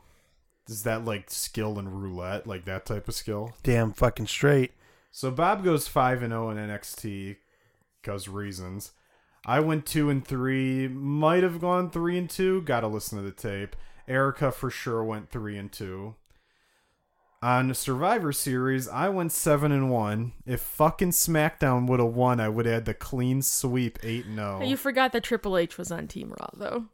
Speaker 2: is that like skill and roulette, like that type of skill?
Speaker 1: Damn fucking straight.
Speaker 2: So Bob goes five and zero in NXT because reasons. I went two and three. Might have gone three and two. Got to listen to the tape. Erica for sure went three and two. On Survivor Series, I went seven and one. If fucking SmackDown would have won, I would have had the clean sweep eight and oh. zero.
Speaker 3: You forgot that Triple H was on Team Raw though.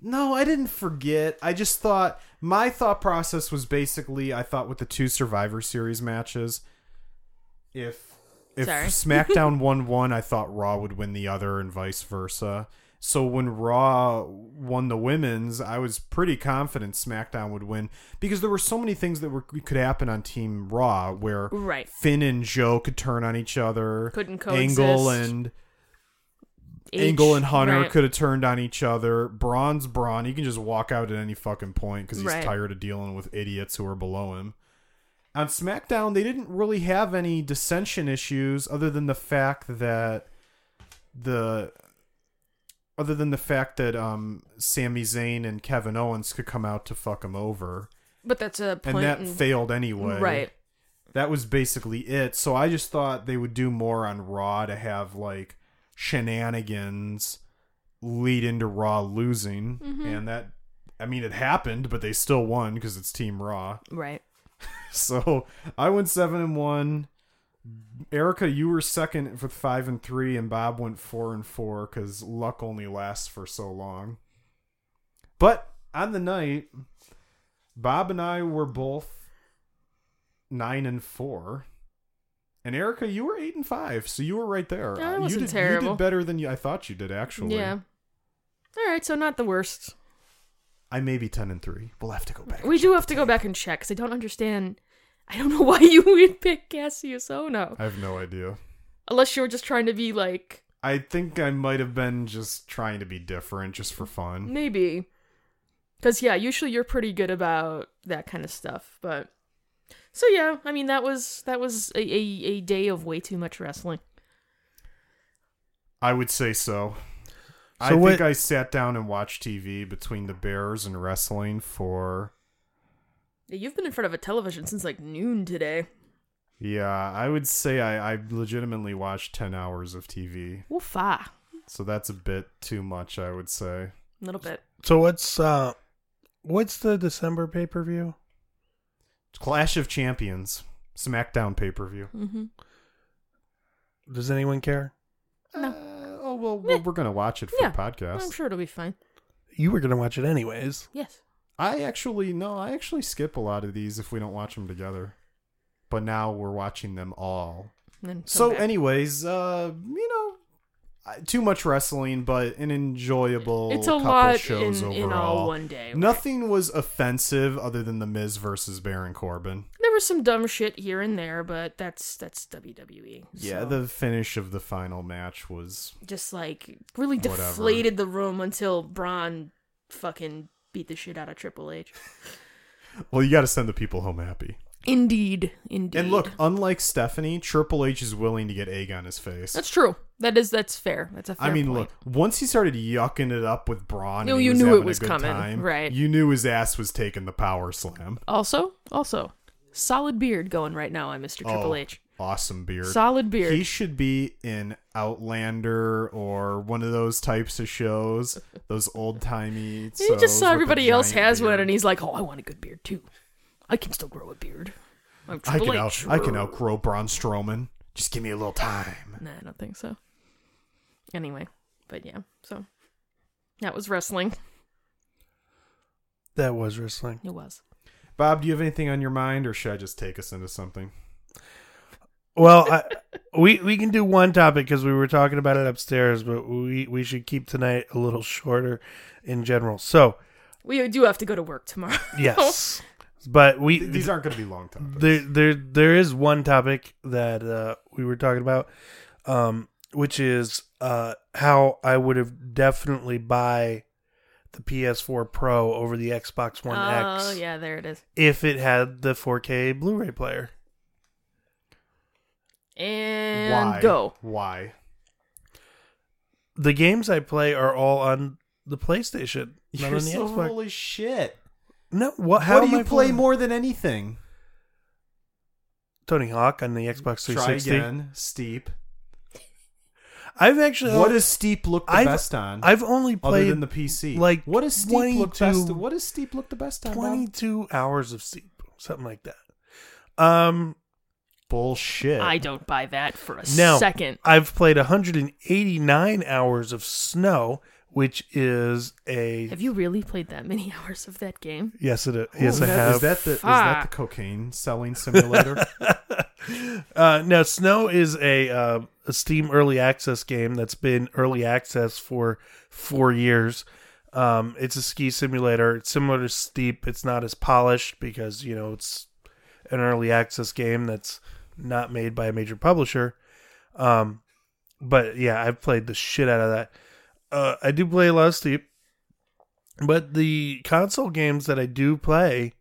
Speaker 2: No, I didn't forget. I just thought my thought process was basically I thought with the two Survivor Series matches, if if
Speaker 3: Sorry.
Speaker 2: SmackDown won one, I thought Raw would win the other, and vice versa. So when Raw won the women's, I was pretty confident SmackDown would win because there were so many things that were could happen on Team Raw where
Speaker 3: Right.
Speaker 2: Finn and Joe could turn on each other,
Speaker 3: Couldn't
Speaker 2: Angle
Speaker 3: coexist.
Speaker 2: and
Speaker 3: H,
Speaker 2: Angle and Hunter
Speaker 3: right.
Speaker 2: could have turned on each other. Braun's Braun. He can just walk out at any fucking point because he's
Speaker 3: Right.
Speaker 2: tired of dealing with idiots who are below him. On SmackDown, they didn't really have any dissension issues other than the fact that the. Other than the fact that um, Sami Zayn and Kevin Owens could come out to fuck him over,
Speaker 3: But that's a
Speaker 2: and
Speaker 3: point
Speaker 2: that
Speaker 3: in-
Speaker 2: failed anyway
Speaker 3: Right.
Speaker 2: that was basically it. So I just thought they would do more on Raw to have like shenanigans lead into Raw losing, and that I mean it happened, but they still won because it's Team Raw.
Speaker 3: Right.
Speaker 2: So I went seven and one. Erica, you were second with five and three, and Bob went four and four because luck only lasts for so long. But on the night, Bob and I were both nine and four. And Erica, you were eight and five, so you were right there.
Speaker 3: Yeah, that
Speaker 2: Uh, you
Speaker 3: wasn't
Speaker 2: did, You
Speaker 3: terrible.
Speaker 2: did better than you, I thought you did. Actually,
Speaker 3: Yeah. All right, so not the worst.
Speaker 2: I may be ten and three. We'll have to go back.
Speaker 3: We do have to go back and check because I don't understand. I don't know why you would pick Cassius Ono
Speaker 2: I have no idea.
Speaker 3: unless you were just trying to be like
Speaker 2: I think I might have been just trying to be different, just for fun.
Speaker 3: maybe. Because yeah, usually you're pretty good about that kind of stuff, but so yeah, I mean that was that was a, a, a day of way too much wrestling.
Speaker 2: I would say so. I
Speaker 1: So what-
Speaker 2: think I sat down and watched TV between the Bears and wrestling for
Speaker 3: Yeah, You've been in front of a television since like noon today.
Speaker 2: Yeah, I would say I, I legitimately watched 10 hours of TV.
Speaker 3: Oof, ah,
Speaker 2: So that's a bit too much, I would say.
Speaker 3: a little bit.
Speaker 1: So what's uh what's the December pay per view?
Speaker 2: Clash of Champions, SmackDown pay per view.
Speaker 3: Mm-hmm.
Speaker 1: Does anyone care?
Speaker 3: No.
Speaker 2: Uh, oh, well, well, we're going to watch it for
Speaker 3: Yeah,
Speaker 2: the podcast.
Speaker 3: I'm sure it'll be fine.
Speaker 1: You were gonna watch it anyways.
Speaker 3: Yes.
Speaker 2: I actually, no, I actually skip a lot of these if we don't watch them together. But now we're watching them all.
Speaker 3: And then come
Speaker 2: So,
Speaker 3: back.
Speaker 2: anyways, uh, you know, I- too much wrestling, but an enjoyable.
Speaker 3: it's a
Speaker 2: couple
Speaker 3: lot in,
Speaker 2: shows
Speaker 3: in all
Speaker 2: overall.
Speaker 3: one day.
Speaker 2: Nothing was offensive other than the Miz versus Baron Corbin.
Speaker 3: There was some dumb shit here and there, but that's that's WWE.
Speaker 2: Yeah,
Speaker 3: so
Speaker 2: the finish of the final match was
Speaker 3: just like really
Speaker 2: Whatever.
Speaker 3: deflated the room until Braun fucking beat the shit out of Triple H.
Speaker 2: well. You got to send the people home happy.
Speaker 3: Indeed, indeed.
Speaker 2: And look, unlike Stephanie, Triple H is willing to get egg on his face.
Speaker 3: that's true. That is that's fair. That's a fair.
Speaker 2: I mean,
Speaker 3: point.
Speaker 2: look, once he started yucking it up with Braun,
Speaker 3: No,
Speaker 2: and he
Speaker 3: you
Speaker 2: was
Speaker 3: knew it
Speaker 2: having a
Speaker 3: was
Speaker 2: good
Speaker 3: coming,
Speaker 2: time,
Speaker 3: right.
Speaker 2: You knew his ass was taking the power slam.
Speaker 3: Also, also, solid beard going right now on Mr. Triple
Speaker 2: Oh,
Speaker 3: H.
Speaker 2: awesome beard.
Speaker 3: Solid beard.
Speaker 2: He should be in Outlander or one of those types of shows, those old timey.
Speaker 3: he just saw everybody else has one, and he's like, "Oh, I want a good beard too. I can still grow a beard. I'm
Speaker 2: I
Speaker 3: Triple
Speaker 2: can out,
Speaker 3: H.
Speaker 2: I can outgrow Braun Strowman. Just give me a little time.
Speaker 3: Nah, I don't think so. Anyway, but yeah, so that was wrestling.
Speaker 1: That was wrestling.
Speaker 3: It was.
Speaker 2: Bob, do you have anything on your mind, or should I just take us into something?
Speaker 1: Well, I, we we can do one topic because we were talking about it upstairs, but we we should keep tonight a little shorter in general. So
Speaker 3: We do have to go to work tomorrow.
Speaker 1: yes, but we
Speaker 2: Th- These aren't going to be long topics.
Speaker 1: there there there is one topic that uh, we were talking about, um, which is uh, how I would have definitely buy the PS4 Pro over the Xbox One
Speaker 3: oh
Speaker 1: X
Speaker 3: yeah, there it is.
Speaker 1: if it had the 4K Blu-ray player.
Speaker 3: And
Speaker 2: Why?
Speaker 3: go.
Speaker 2: Why?
Speaker 1: The games I play are all on the PlayStation, not
Speaker 2: You're
Speaker 1: on the
Speaker 2: so
Speaker 1: Xbox.
Speaker 2: full of shit.
Speaker 1: No, what? How
Speaker 2: what do
Speaker 1: am
Speaker 2: you
Speaker 1: I
Speaker 2: play
Speaker 1: playing?
Speaker 2: more than anything?
Speaker 1: Tony Hawk on the Xbox
Speaker 2: Try
Speaker 1: 360.
Speaker 2: again, Steep.
Speaker 1: I've actually
Speaker 2: What does Steep look the
Speaker 1: I've-
Speaker 2: best on?
Speaker 1: I've only
Speaker 2: other
Speaker 1: played
Speaker 2: than the PC.
Speaker 1: like,
Speaker 2: what does Steep look
Speaker 1: 22
Speaker 2: best? What does Steep look the best on? Bob?
Speaker 1: 22 hours of sleep, something like that. Um,
Speaker 2: Bullshit.
Speaker 3: I don't buy that for a
Speaker 1: now
Speaker 3: second.
Speaker 1: I've played 189 hours of Snow, which is a
Speaker 3: Have you really played that many hours of that game?
Speaker 1: yes, it is. yes,
Speaker 2: Is
Speaker 1: I
Speaker 2: that-
Speaker 1: have.
Speaker 2: Is that the is
Speaker 3: Fuck.
Speaker 2: that the cocaine selling simulator?
Speaker 1: uh, now, Snow is a, uh, a Steam early access game that's been early access for four years. Um, it's a ski simulator. It's similar to Steep. It's not as polished because you know it's an early access game that's not made by a major publisher. Um, but yeah, I've played the shit out of that. Uh, I do play a lot of Steep, but the console games that I do play,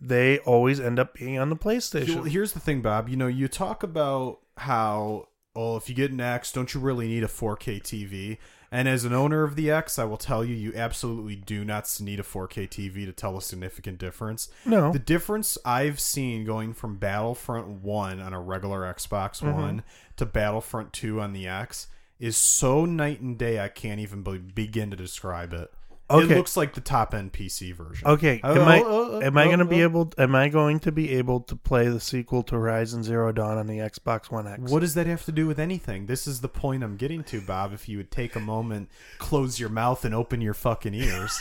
Speaker 1: they always end up being on the PlayStation.
Speaker 2: Well, Here's the thing, Bob. You know, you talk about how oh, if you get an X, don't you really need a 4K TV? And as an owner of the X, I will tell you, you absolutely do not need a 4K TV to tell a significant difference.
Speaker 1: No.
Speaker 2: The difference I've seen going from Battlefront 1 on a regular Xbox
Speaker 1: Mm-hmm.
Speaker 2: One to Battlefront 2 on the X is so night and day, I can't even be- begin to describe it.
Speaker 1: Okay.
Speaker 2: It looks like the top end PC version.
Speaker 1: Okay,
Speaker 2: Oh,
Speaker 1: am I
Speaker 2: oh, oh,
Speaker 1: am I
Speaker 2: oh,
Speaker 1: going to be
Speaker 2: oh.
Speaker 1: able? Am I going to be able to play the sequel to Horizon Zero Dawn on the Xbox One X?
Speaker 2: What does that have to do with anything? This is the point I'm getting to, Bob. If you would take a moment, close your mouth, and open your fucking ears.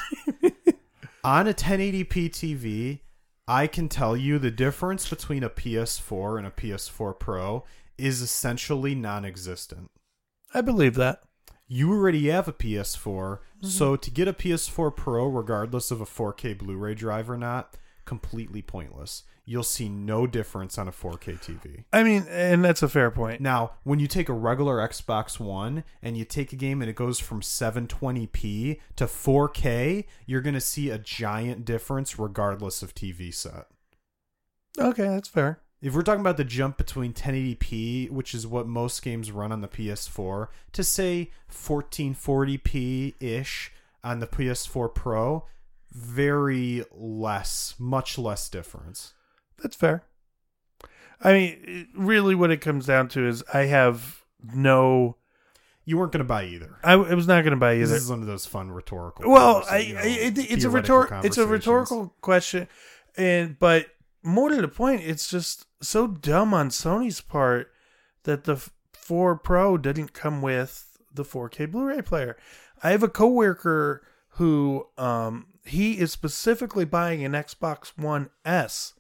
Speaker 2: On a 1080p TV, I can tell you the difference between a PS4 and a PS4 Pro is essentially non existent.
Speaker 1: I believe that.
Speaker 2: You already have a PS4, so to get a PS4 Pro, regardless of a 4K Blu ray drive or not, completely pointless. You'll see no difference on a 4K TV.
Speaker 1: I mean, and that's a fair point.
Speaker 2: Now, when you take a regular Xbox One and you take a game and it goes from 720p to 4K, you're going to see a giant difference regardless of TV set.
Speaker 1: Okay, that's fair.
Speaker 2: If we're talking about the jump between 1080p, which is what most games run on the PS4, to say 1440p ish on the PS4 Pro, very less, much less difference.
Speaker 1: That's fair. I mean, it- really, what it comes down to is I have no.
Speaker 2: You weren't going to buy either.
Speaker 1: I, I was not going to buy
Speaker 2: This
Speaker 1: either.
Speaker 2: is one of those fun rhetorical.
Speaker 1: Well,
Speaker 2: conversa-
Speaker 1: I,
Speaker 2: you know,
Speaker 1: I it, it's a
Speaker 2: theoretical
Speaker 1: rhetor- it's a
Speaker 2: conversations.
Speaker 1: rhetorical question, and but more to the point, it's just so dumb on Sony's part that the f- 4 Pro didn't come with the 4K Blu-ray player. I have a coworker who um he is specifically buying an Xbox One S,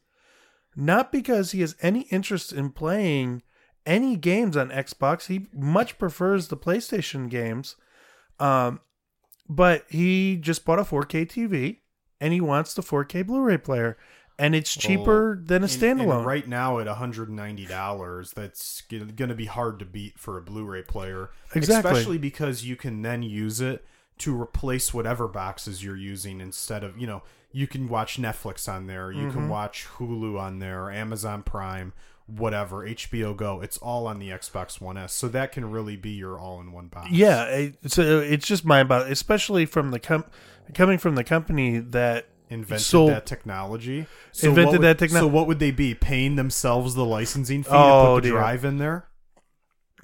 Speaker 1: not because he has any interest in playing any games on Xbox. He much prefers the PlayStation games. Um, but he just bought a 4K TV and he wants the 4K Blu-ray player, and
Speaker 2: Oh,
Speaker 1: it's cheaper than a
Speaker 2: And- and
Speaker 1: standalone.
Speaker 2: right now at $190, that's going to be hard to beat for a Blu-ray player.
Speaker 1: Exactly.
Speaker 2: Especially because you can then use it to replace whatever boxes you're using instead of, you know, you can watch Netflix on there, you
Speaker 1: Mm-hmm.
Speaker 2: can watch Hulu on there, Amazon Prime, whatever, HBO Go. It's all on the Xbox One S. So that can really be your all-in-one box.
Speaker 1: Yeah, it, so it's just mind boggling, especially from the com- coming from the company that
Speaker 2: Invented
Speaker 1: sold-
Speaker 2: that technology. So
Speaker 1: Invented
Speaker 2: what would-
Speaker 1: that techno-
Speaker 2: So what would they be paying themselves the licensing fee
Speaker 1: Oh,
Speaker 2: to put the
Speaker 1: dear.
Speaker 2: drive in there?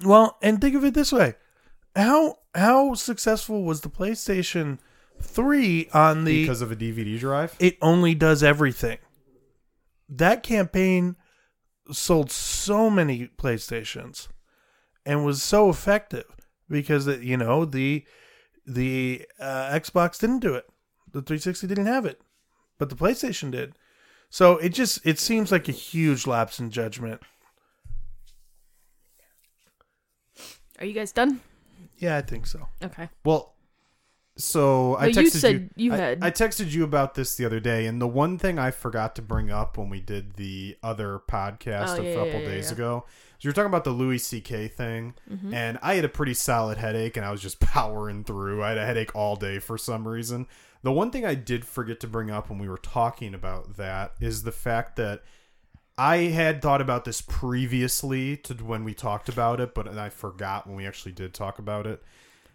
Speaker 1: Well, and think of it this way: how how successful was the PlayStation Three on the?
Speaker 2: because of a DVD drive.
Speaker 1: it only does everything. That campaign sold so many PlayStations and was so effective because it, you know the the uh, Xbox didn't do it. The 360 didn't have it, but the PlayStation did. So it just it seems like a huge lapse in judgment.
Speaker 3: Are you guys done?
Speaker 1: Yeah, I think so.
Speaker 3: Okay.
Speaker 2: Well, so I
Speaker 3: No,
Speaker 2: texted
Speaker 3: you said you
Speaker 2: I-
Speaker 3: had.
Speaker 2: I, texted you about this the other day, and the one thing I forgot to bring up when we did the other podcast
Speaker 3: Oh,
Speaker 2: a
Speaker 3: yeah,
Speaker 2: couple
Speaker 3: yeah, yeah,
Speaker 2: days
Speaker 3: yeah. Mm-hmm.
Speaker 2: ago, so you were talking about the Louis C.K. thing, and I had a pretty solid headache, and I was just powering through. I had a headache all day for some reason. The one thing I did forget to bring up when we were talking about that is the fact that I had thought about this previously to when we talked about it, but I forgot when we actually did talk about it.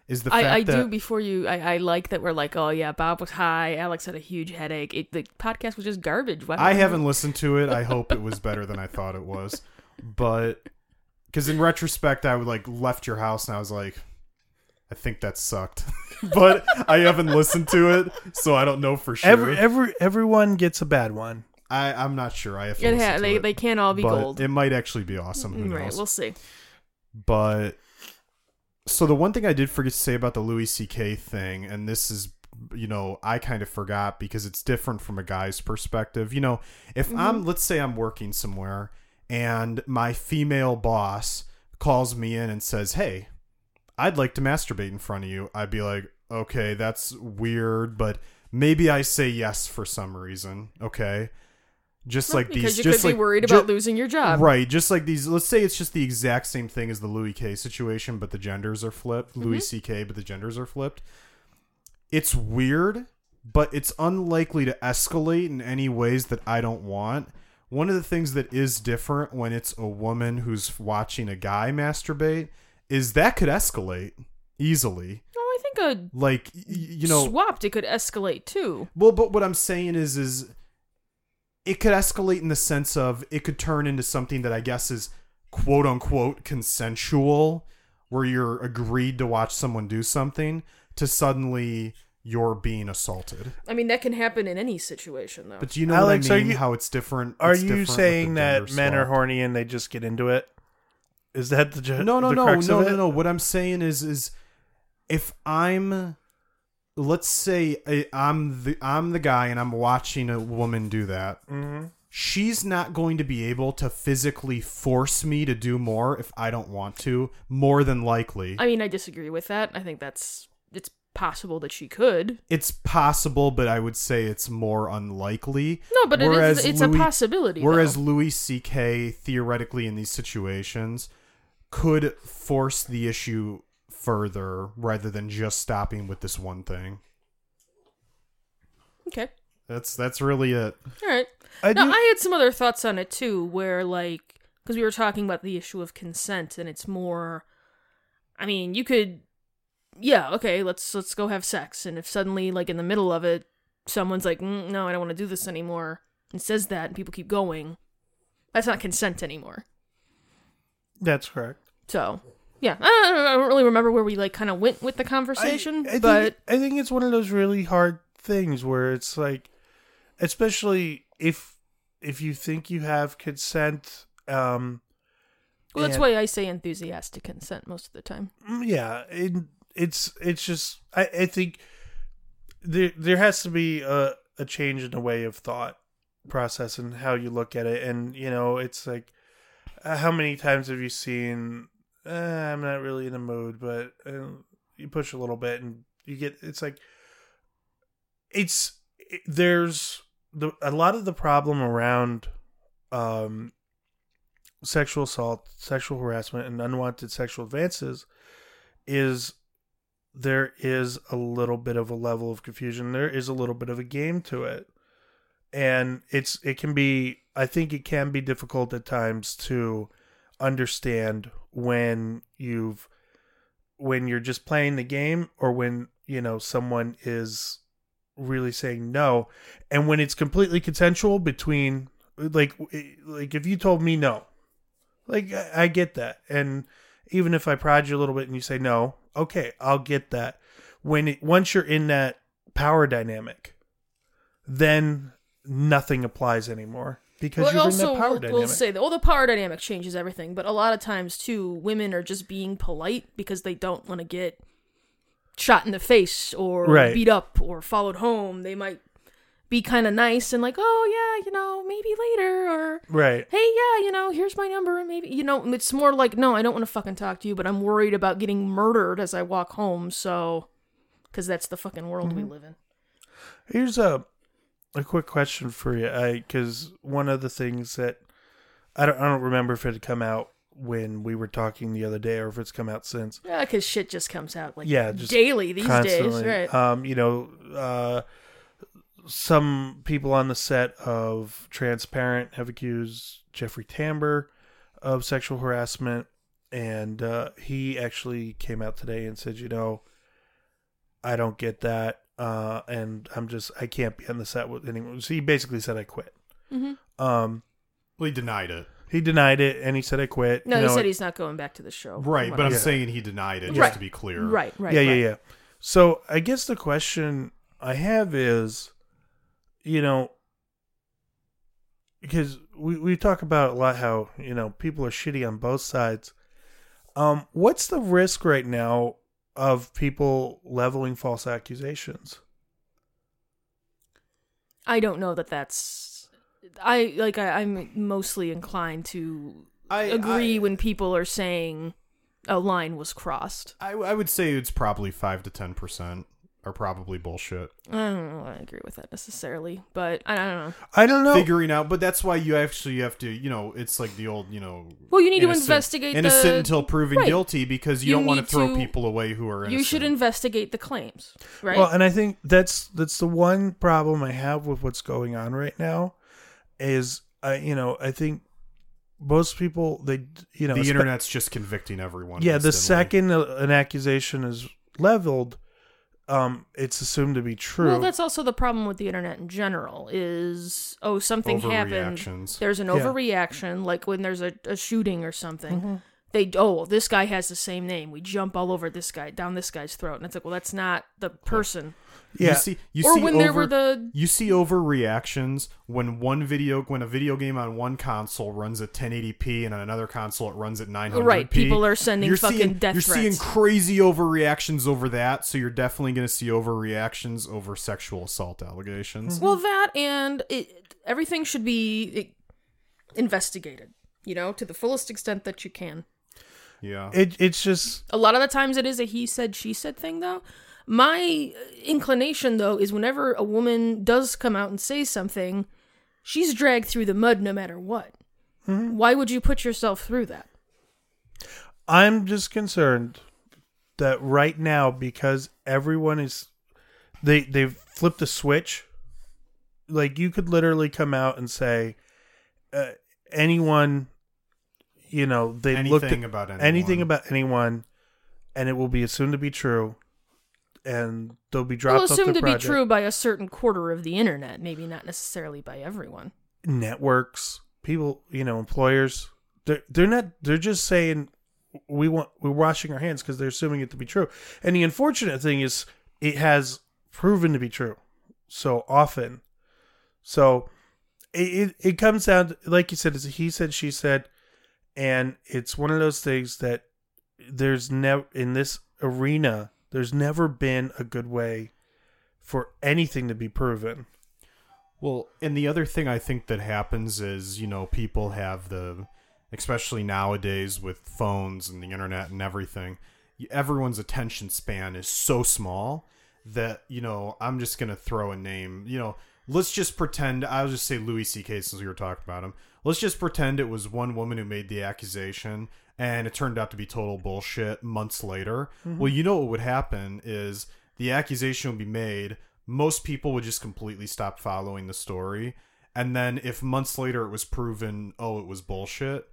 Speaker 2: Is the fact
Speaker 3: I, I
Speaker 2: that
Speaker 3: do before you. I, I like that we're like, oh yeah, Bob was high. Alex had a huge headache. It, the podcast was just garbage. Why
Speaker 2: I haven't listened to it. I hope it was better than I thought it was. But because in retrospect, I would like left your house and I was like, I think that sucked. but I haven't listened to it, so I don't know for sure.
Speaker 1: Every every everyone gets a bad one.
Speaker 2: I, I'm not sure. I have to
Speaker 3: It
Speaker 2: listen
Speaker 3: ha-
Speaker 2: to
Speaker 3: they
Speaker 2: it.
Speaker 3: they can't all be
Speaker 2: But
Speaker 3: gold.
Speaker 2: It might actually be awesome. Who
Speaker 3: right.
Speaker 2: knows?
Speaker 3: We'll see.
Speaker 2: but so the one thing I did forget to say about the Louis C.K. thing, and this is you know I kind of forgot because it's different from a guy's perspective. You know, if
Speaker 3: Mm-hmm.
Speaker 2: I'm let's say I'm working somewhere and my female boss calls me in and says, "Hey, I'd like to masturbate in front of you," I'd be like, "Okay, that's weird," but maybe I say yes for some reason. Okay. Just like
Speaker 3: because
Speaker 2: these,
Speaker 3: you
Speaker 2: just
Speaker 3: could
Speaker 2: like
Speaker 3: be worried
Speaker 2: ju-
Speaker 3: about losing your job.
Speaker 2: Right, just like these. Let's say it's just the exact same thing as the Louis K situation, but the genders are flipped. Louis C.K., but the genders are flipped. It's weird, but it's unlikely to escalate in any ways that I don't want. One of the things that is different when it's a woman who's watching a guy masturbate is that could escalate easily.
Speaker 3: Oh, I think a
Speaker 2: Like y- you know,
Speaker 3: swapped it could escalate too.
Speaker 2: well, but what I'm saying is, is it could escalate in the sense of it could turn into something that I guess is quote unquote consensual, where you're agreed to watch someone do something, to suddenly you're being assaulted.
Speaker 3: I mean, that can happen in any situation though.
Speaker 2: But do you know
Speaker 1: Alex,
Speaker 2: what
Speaker 1: are
Speaker 2: I mean?
Speaker 1: you-
Speaker 2: How it's different.
Speaker 1: Are
Speaker 2: it's different
Speaker 1: you
Speaker 2: with the
Speaker 1: saying that
Speaker 2: gender
Speaker 1: men are
Speaker 2: swap.
Speaker 1: horny and they just get into it? Is that the ju-
Speaker 2: No, no,
Speaker 1: the
Speaker 2: no,
Speaker 1: crux
Speaker 2: no,
Speaker 1: of
Speaker 2: no,
Speaker 1: it?
Speaker 2: no. What I'm saying is, is if I'm, let's say I, I'm the I'm the guy and I'm watching a woman do that.
Speaker 1: Mhm.
Speaker 2: she's not going to be able to physically force me to do more if I don't want to, more than likely.
Speaker 3: I mean, I disagree with that. I think that's it's possible that she could.
Speaker 2: it's possible, but I would say it's more unlikely.
Speaker 3: No, but it is-
Speaker 2: Whereas
Speaker 3: it's a possibility,
Speaker 2: Whereas
Speaker 3: though.
Speaker 2: Louis C.K. theoretically in these situations could force the issue further rather than just stopping with this one thing.
Speaker 3: Okay.
Speaker 2: That's that's really it.
Speaker 3: All right.
Speaker 1: I
Speaker 3: no,
Speaker 1: do-
Speaker 3: I had some other thoughts on it too, where like because we were talking about the issue of consent, and it's more. I mean, you could, yeah, okay, let's let's go have sex, and if suddenly like in the middle of it, someone's like, mm, no, I don't want to do this anymore, and says that, and people keep going. That's not consent anymore.
Speaker 1: That's correct.
Speaker 3: So yeah, I don't, I don't really remember where we like kind of went with the conversation,
Speaker 1: I, I
Speaker 3: but
Speaker 1: think, I think it's one of those really hard things where it's like, especially if if you think you have consent, um,
Speaker 3: well, that's
Speaker 1: and-
Speaker 3: why I say enthusiastic consent most of the time.
Speaker 1: Mm, yeah, it, it's it's just I, I think there there has to be a a change in the way of thought process and how you look at it, and you know, it's like uh, how many times have you seen? Uh, I'm not really in the mood, but uh, you push a little bit and you get. It's like it's it, there's the a lot of the problem around um sexual assault, sexual harassment, and unwanted sexual advances is there is a little bit of a level of confusion. There is a little bit of a game to it. And it's it can be I think it can be difficult at times to understand when you've when you're just playing the game or when, you know, someone is really saying no and when it's completely consensual between like eh, like if you told me no like I, I get that and even if i prod you a little bit and you say no okay i'll get that when it, once you're in that power dynamic then nothing applies anymore because
Speaker 3: Well,
Speaker 1: you're in
Speaker 3: also,
Speaker 1: that power
Speaker 3: we'll,
Speaker 1: dynamic
Speaker 3: we'll say that well, the power dynamic changes everything, but a lot of times too, women are just being polite because they don't want to get shot in the face or
Speaker 1: Right.
Speaker 3: beat up or followed home. They might be kind of nice and like, oh yeah, you know, maybe later or
Speaker 1: right
Speaker 3: hey yeah, you know, here's my number and maybe you know. and It's more like, no, I don't want to fucking talk to you, but I'm worried about getting murdered as I walk home, so because that's the fucking world
Speaker 1: Mm-hmm.
Speaker 3: we live in.
Speaker 1: Here's a a quick question for you, I because one of the things that I don't I don't remember if it had come out when we were talking the other day or if it's come out since.
Speaker 3: Yeah, because shit just comes out like
Speaker 1: Yeah, just
Speaker 3: daily these
Speaker 1: Constantly,
Speaker 3: days, right?
Speaker 1: Um, you know, uh, some people on the set of Transparent have accused Jeffrey Tambor of sexual harassment, and uh, he actually came out today and said, you know, I don't get that, uh, and I'm just I can't be on the set with anyone. So he basically said I quit.
Speaker 3: Mhm.
Speaker 1: Um,
Speaker 2: Well, he denied it.
Speaker 1: he denied it, and he said I quit.
Speaker 3: No,
Speaker 1: You
Speaker 3: he
Speaker 1: know,
Speaker 3: said he's not going back to the show.
Speaker 2: Right,
Speaker 3: From
Speaker 2: but I'm
Speaker 3: what
Speaker 2: saying he denied it, just
Speaker 3: Right.
Speaker 2: to be
Speaker 3: I-
Speaker 2: clear.
Speaker 3: right, right.
Speaker 1: yeah,
Speaker 3: right.
Speaker 1: yeah, yeah. So I guess the question I have is, you know, because we we talk about a lot how you know people are shitty on both sides. Um, what's the risk right now of people leveling false accusations?
Speaker 3: I don't know that that's. I like. I, I'm mostly inclined to
Speaker 2: I
Speaker 3: agree
Speaker 2: I,
Speaker 3: when people are saying a line was crossed.
Speaker 2: I, I would say it's probably five to ten percent are probably bullshit.
Speaker 3: I don't know. I agree with that necessarily, but I don't know.
Speaker 1: I don't know.
Speaker 2: Figuring out, but that's why you actually have to, you know, it's like the old, you know.
Speaker 3: Well, you need to
Speaker 2: innocent-
Speaker 3: investigate
Speaker 2: innocent
Speaker 3: the-
Speaker 2: until proven
Speaker 3: Right.
Speaker 2: guilty because you,
Speaker 3: You
Speaker 2: don't want to
Speaker 3: need
Speaker 2: throw
Speaker 3: to-
Speaker 2: people away who are innocent.
Speaker 3: You should investigate the claims, right?
Speaker 1: Well, and I think that's that's the one problem I have with what's going on right now is I you know I think most people they you know
Speaker 2: the
Speaker 1: espe-
Speaker 2: internet's just convicting everyone.
Speaker 1: yeah the
Speaker 2: instantly.
Speaker 1: second a- an accusation is leveled um it's assumed to be true
Speaker 3: Well, that's also the problem with the internet in general is oh something happened.
Speaker 2: Overreactions.
Speaker 3: There's an
Speaker 1: Yeah.
Speaker 3: overreaction, like when there's a, a shooting or something.
Speaker 2: Mm-hmm.
Speaker 3: They oh well, this guy has the same name. We jump all over this guy down this guy's throat, and it's like well that's not the person.
Speaker 1: yeah
Speaker 2: You see, you
Speaker 3: or
Speaker 2: see
Speaker 3: when
Speaker 2: over,
Speaker 3: there were the
Speaker 2: you see overreactions when one video when a video game on one console runs at 1080p and on another console it runs at 900p.
Speaker 3: Right, people are sending
Speaker 2: you're
Speaker 3: fucking
Speaker 2: seeing,
Speaker 3: death
Speaker 2: You're seeing
Speaker 3: threats.
Speaker 2: crazy overreactions over that, so you're definitely going to see overreactions over sexual assault allegations.
Speaker 3: well that and it, everything should be i investigated. You know, to the fullest extent that you can.
Speaker 1: Mm-hmm.
Speaker 2: Yeah.
Speaker 1: it it's just
Speaker 3: A lot of the times it is a he said, she said thing, though. My inclination, though, is whenever a woman does come out and say something, she's dragged through the mud no matter what.
Speaker 2: Hmm?
Speaker 3: Why would you put yourself through that?
Speaker 1: I'm just concerned that right now because everyone is they they've flipped a switch. Like you could literally come out and say uh, anyone, you know, they looked
Speaker 2: Anything
Speaker 1: at
Speaker 2: about anyone.
Speaker 1: anything about anyone, and it will be assumed to be true, and they'll be dropped.
Speaker 3: well,
Speaker 1: off
Speaker 3: assumed
Speaker 1: their
Speaker 3: to
Speaker 1: project.
Speaker 3: be true by a certain quarter of the internet, maybe not necessarily by everyone.
Speaker 1: Networks, people, you know, employers, they're they're not they're just saying we want we're washing our hands because they're assuming it to be true. And the unfortunate thing is it has proven to be true so often. So it it, it comes down to, like you said, it's a he said she said, and it's one of those things that there's never in this arena there's never been a good way for anything to be proven.
Speaker 2: Well, and the other thing I think that happens is, you know, people have the, especially nowadays with phones and the internet and everything, y- everyone's attention span is so small that, you know, I'm just going to throw a name. You know, let's just pretend, I'll just say Louis C.K. since we were talking about him. Let's just pretend it was one woman who made the accusation and it turned out to be total bullshit months later. Well, you know what would happen is the accusation would be made most people would just completely stop following the story. And then if months later it was proven, oh, it was bullshit,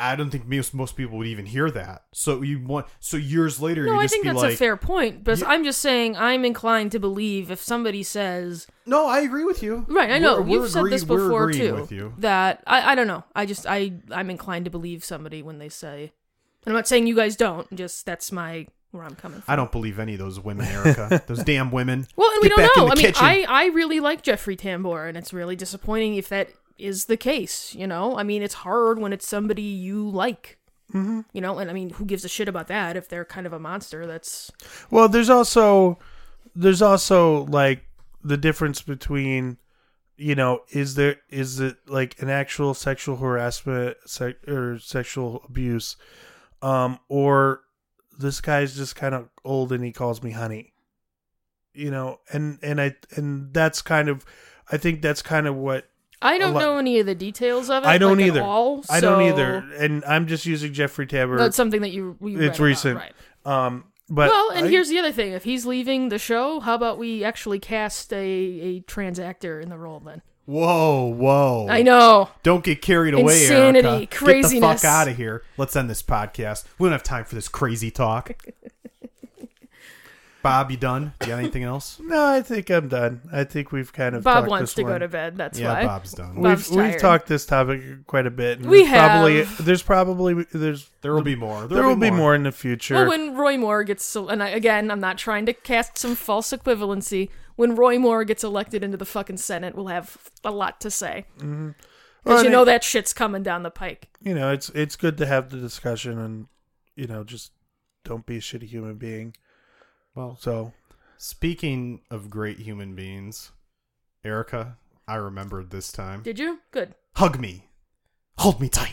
Speaker 2: I don't think most, most people would even hear that. So you want so years later
Speaker 3: No,
Speaker 2: you
Speaker 3: I
Speaker 2: just
Speaker 3: think
Speaker 2: be
Speaker 3: that's
Speaker 2: like,
Speaker 3: a fair point, but
Speaker 2: You-
Speaker 3: I'm just saying I'm inclined to believe if somebody says,
Speaker 2: no, I agree with you.
Speaker 3: right, I know
Speaker 2: We're- we're
Speaker 3: you've said
Speaker 2: agree-
Speaker 3: this
Speaker 2: we're
Speaker 3: before
Speaker 2: agreeing
Speaker 3: too,
Speaker 2: With you.
Speaker 3: that I, I don't know. I just I I'm inclined to believe somebody when they say, and I'm not saying you guys don't. Just that's my where I'm coming from.
Speaker 2: I don't believe any of those women, Erica. those damn women.
Speaker 3: Well, and we
Speaker 2: Get
Speaker 3: don't
Speaker 2: back in
Speaker 3: know.
Speaker 2: the
Speaker 3: I mean,
Speaker 2: kitchen.
Speaker 3: I, I really like Jeffrey Tambor, and it's really disappointing if that is the case, you know? I mean, it's hard when it's somebody you like. Mm-hmm. You know, and I mean, who gives a shit about that if they're kind of a monster? That's
Speaker 1: Well, there's also there's also like the difference between you know is there is it like an actual sexual harassment se- or sexual abuse um or this guy's just kind of old and he calls me honey you know and and i and that's kind of i think that's kind of what
Speaker 3: I don't
Speaker 1: lot-
Speaker 3: know any of the details of it.
Speaker 1: i don't
Speaker 3: like, at
Speaker 1: either
Speaker 3: all,
Speaker 1: i don't
Speaker 3: so
Speaker 1: either and i'm just using jeffrey tabor
Speaker 3: That's something that you. you read
Speaker 1: it's
Speaker 3: about,
Speaker 1: recent
Speaker 3: right.
Speaker 1: um but
Speaker 3: well, and
Speaker 1: I-
Speaker 3: here's the other thing: if he's leaving the show, how about we actually cast a a trans actor in the role? Then
Speaker 2: Whoa, whoa.
Speaker 3: I know.
Speaker 2: Don't get carried away,
Speaker 3: Insanity,
Speaker 2: Erica. Get the
Speaker 3: craziness.
Speaker 2: fuck out of here. Let's end this podcast. We don't have time for this crazy talk. Bob, you done? You got anything else?
Speaker 1: No, I think I'm done. I think we've kind of
Speaker 3: Bob
Speaker 1: talked
Speaker 3: wants
Speaker 1: this
Speaker 3: to
Speaker 1: one.
Speaker 3: go to bed. That's
Speaker 2: yeah,
Speaker 3: why.
Speaker 2: Bob's done.
Speaker 1: We've
Speaker 3: Bob's
Speaker 1: we've
Speaker 3: tired.
Speaker 1: talked this topic quite a bit. and
Speaker 3: We
Speaker 1: there's probably
Speaker 3: have.
Speaker 1: there's probably there's
Speaker 2: there will be more.
Speaker 1: there will be more in the future.
Speaker 3: Well, when Roy Moore gets, and I, again, I'm not trying to cast some false equivalency. When Roy Moore gets elected into the fucking Senate, we'll have a lot to say. Because
Speaker 1: Mm-hmm. Well,
Speaker 3: you
Speaker 1: and
Speaker 3: know
Speaker 1: it-
Speaker 3: that shit's coming down the pike.
Speaker 1: you know it's it's good to have the discussion and you know just don't be a shitty human being.
Speaker 2: Well,
Speaker 1: So
Speaker 2: speaking of great human beings, Erica, I remembered this time.
Speaker 3: Did you? Good.
Speaker 2: Hug me. Hold me tight.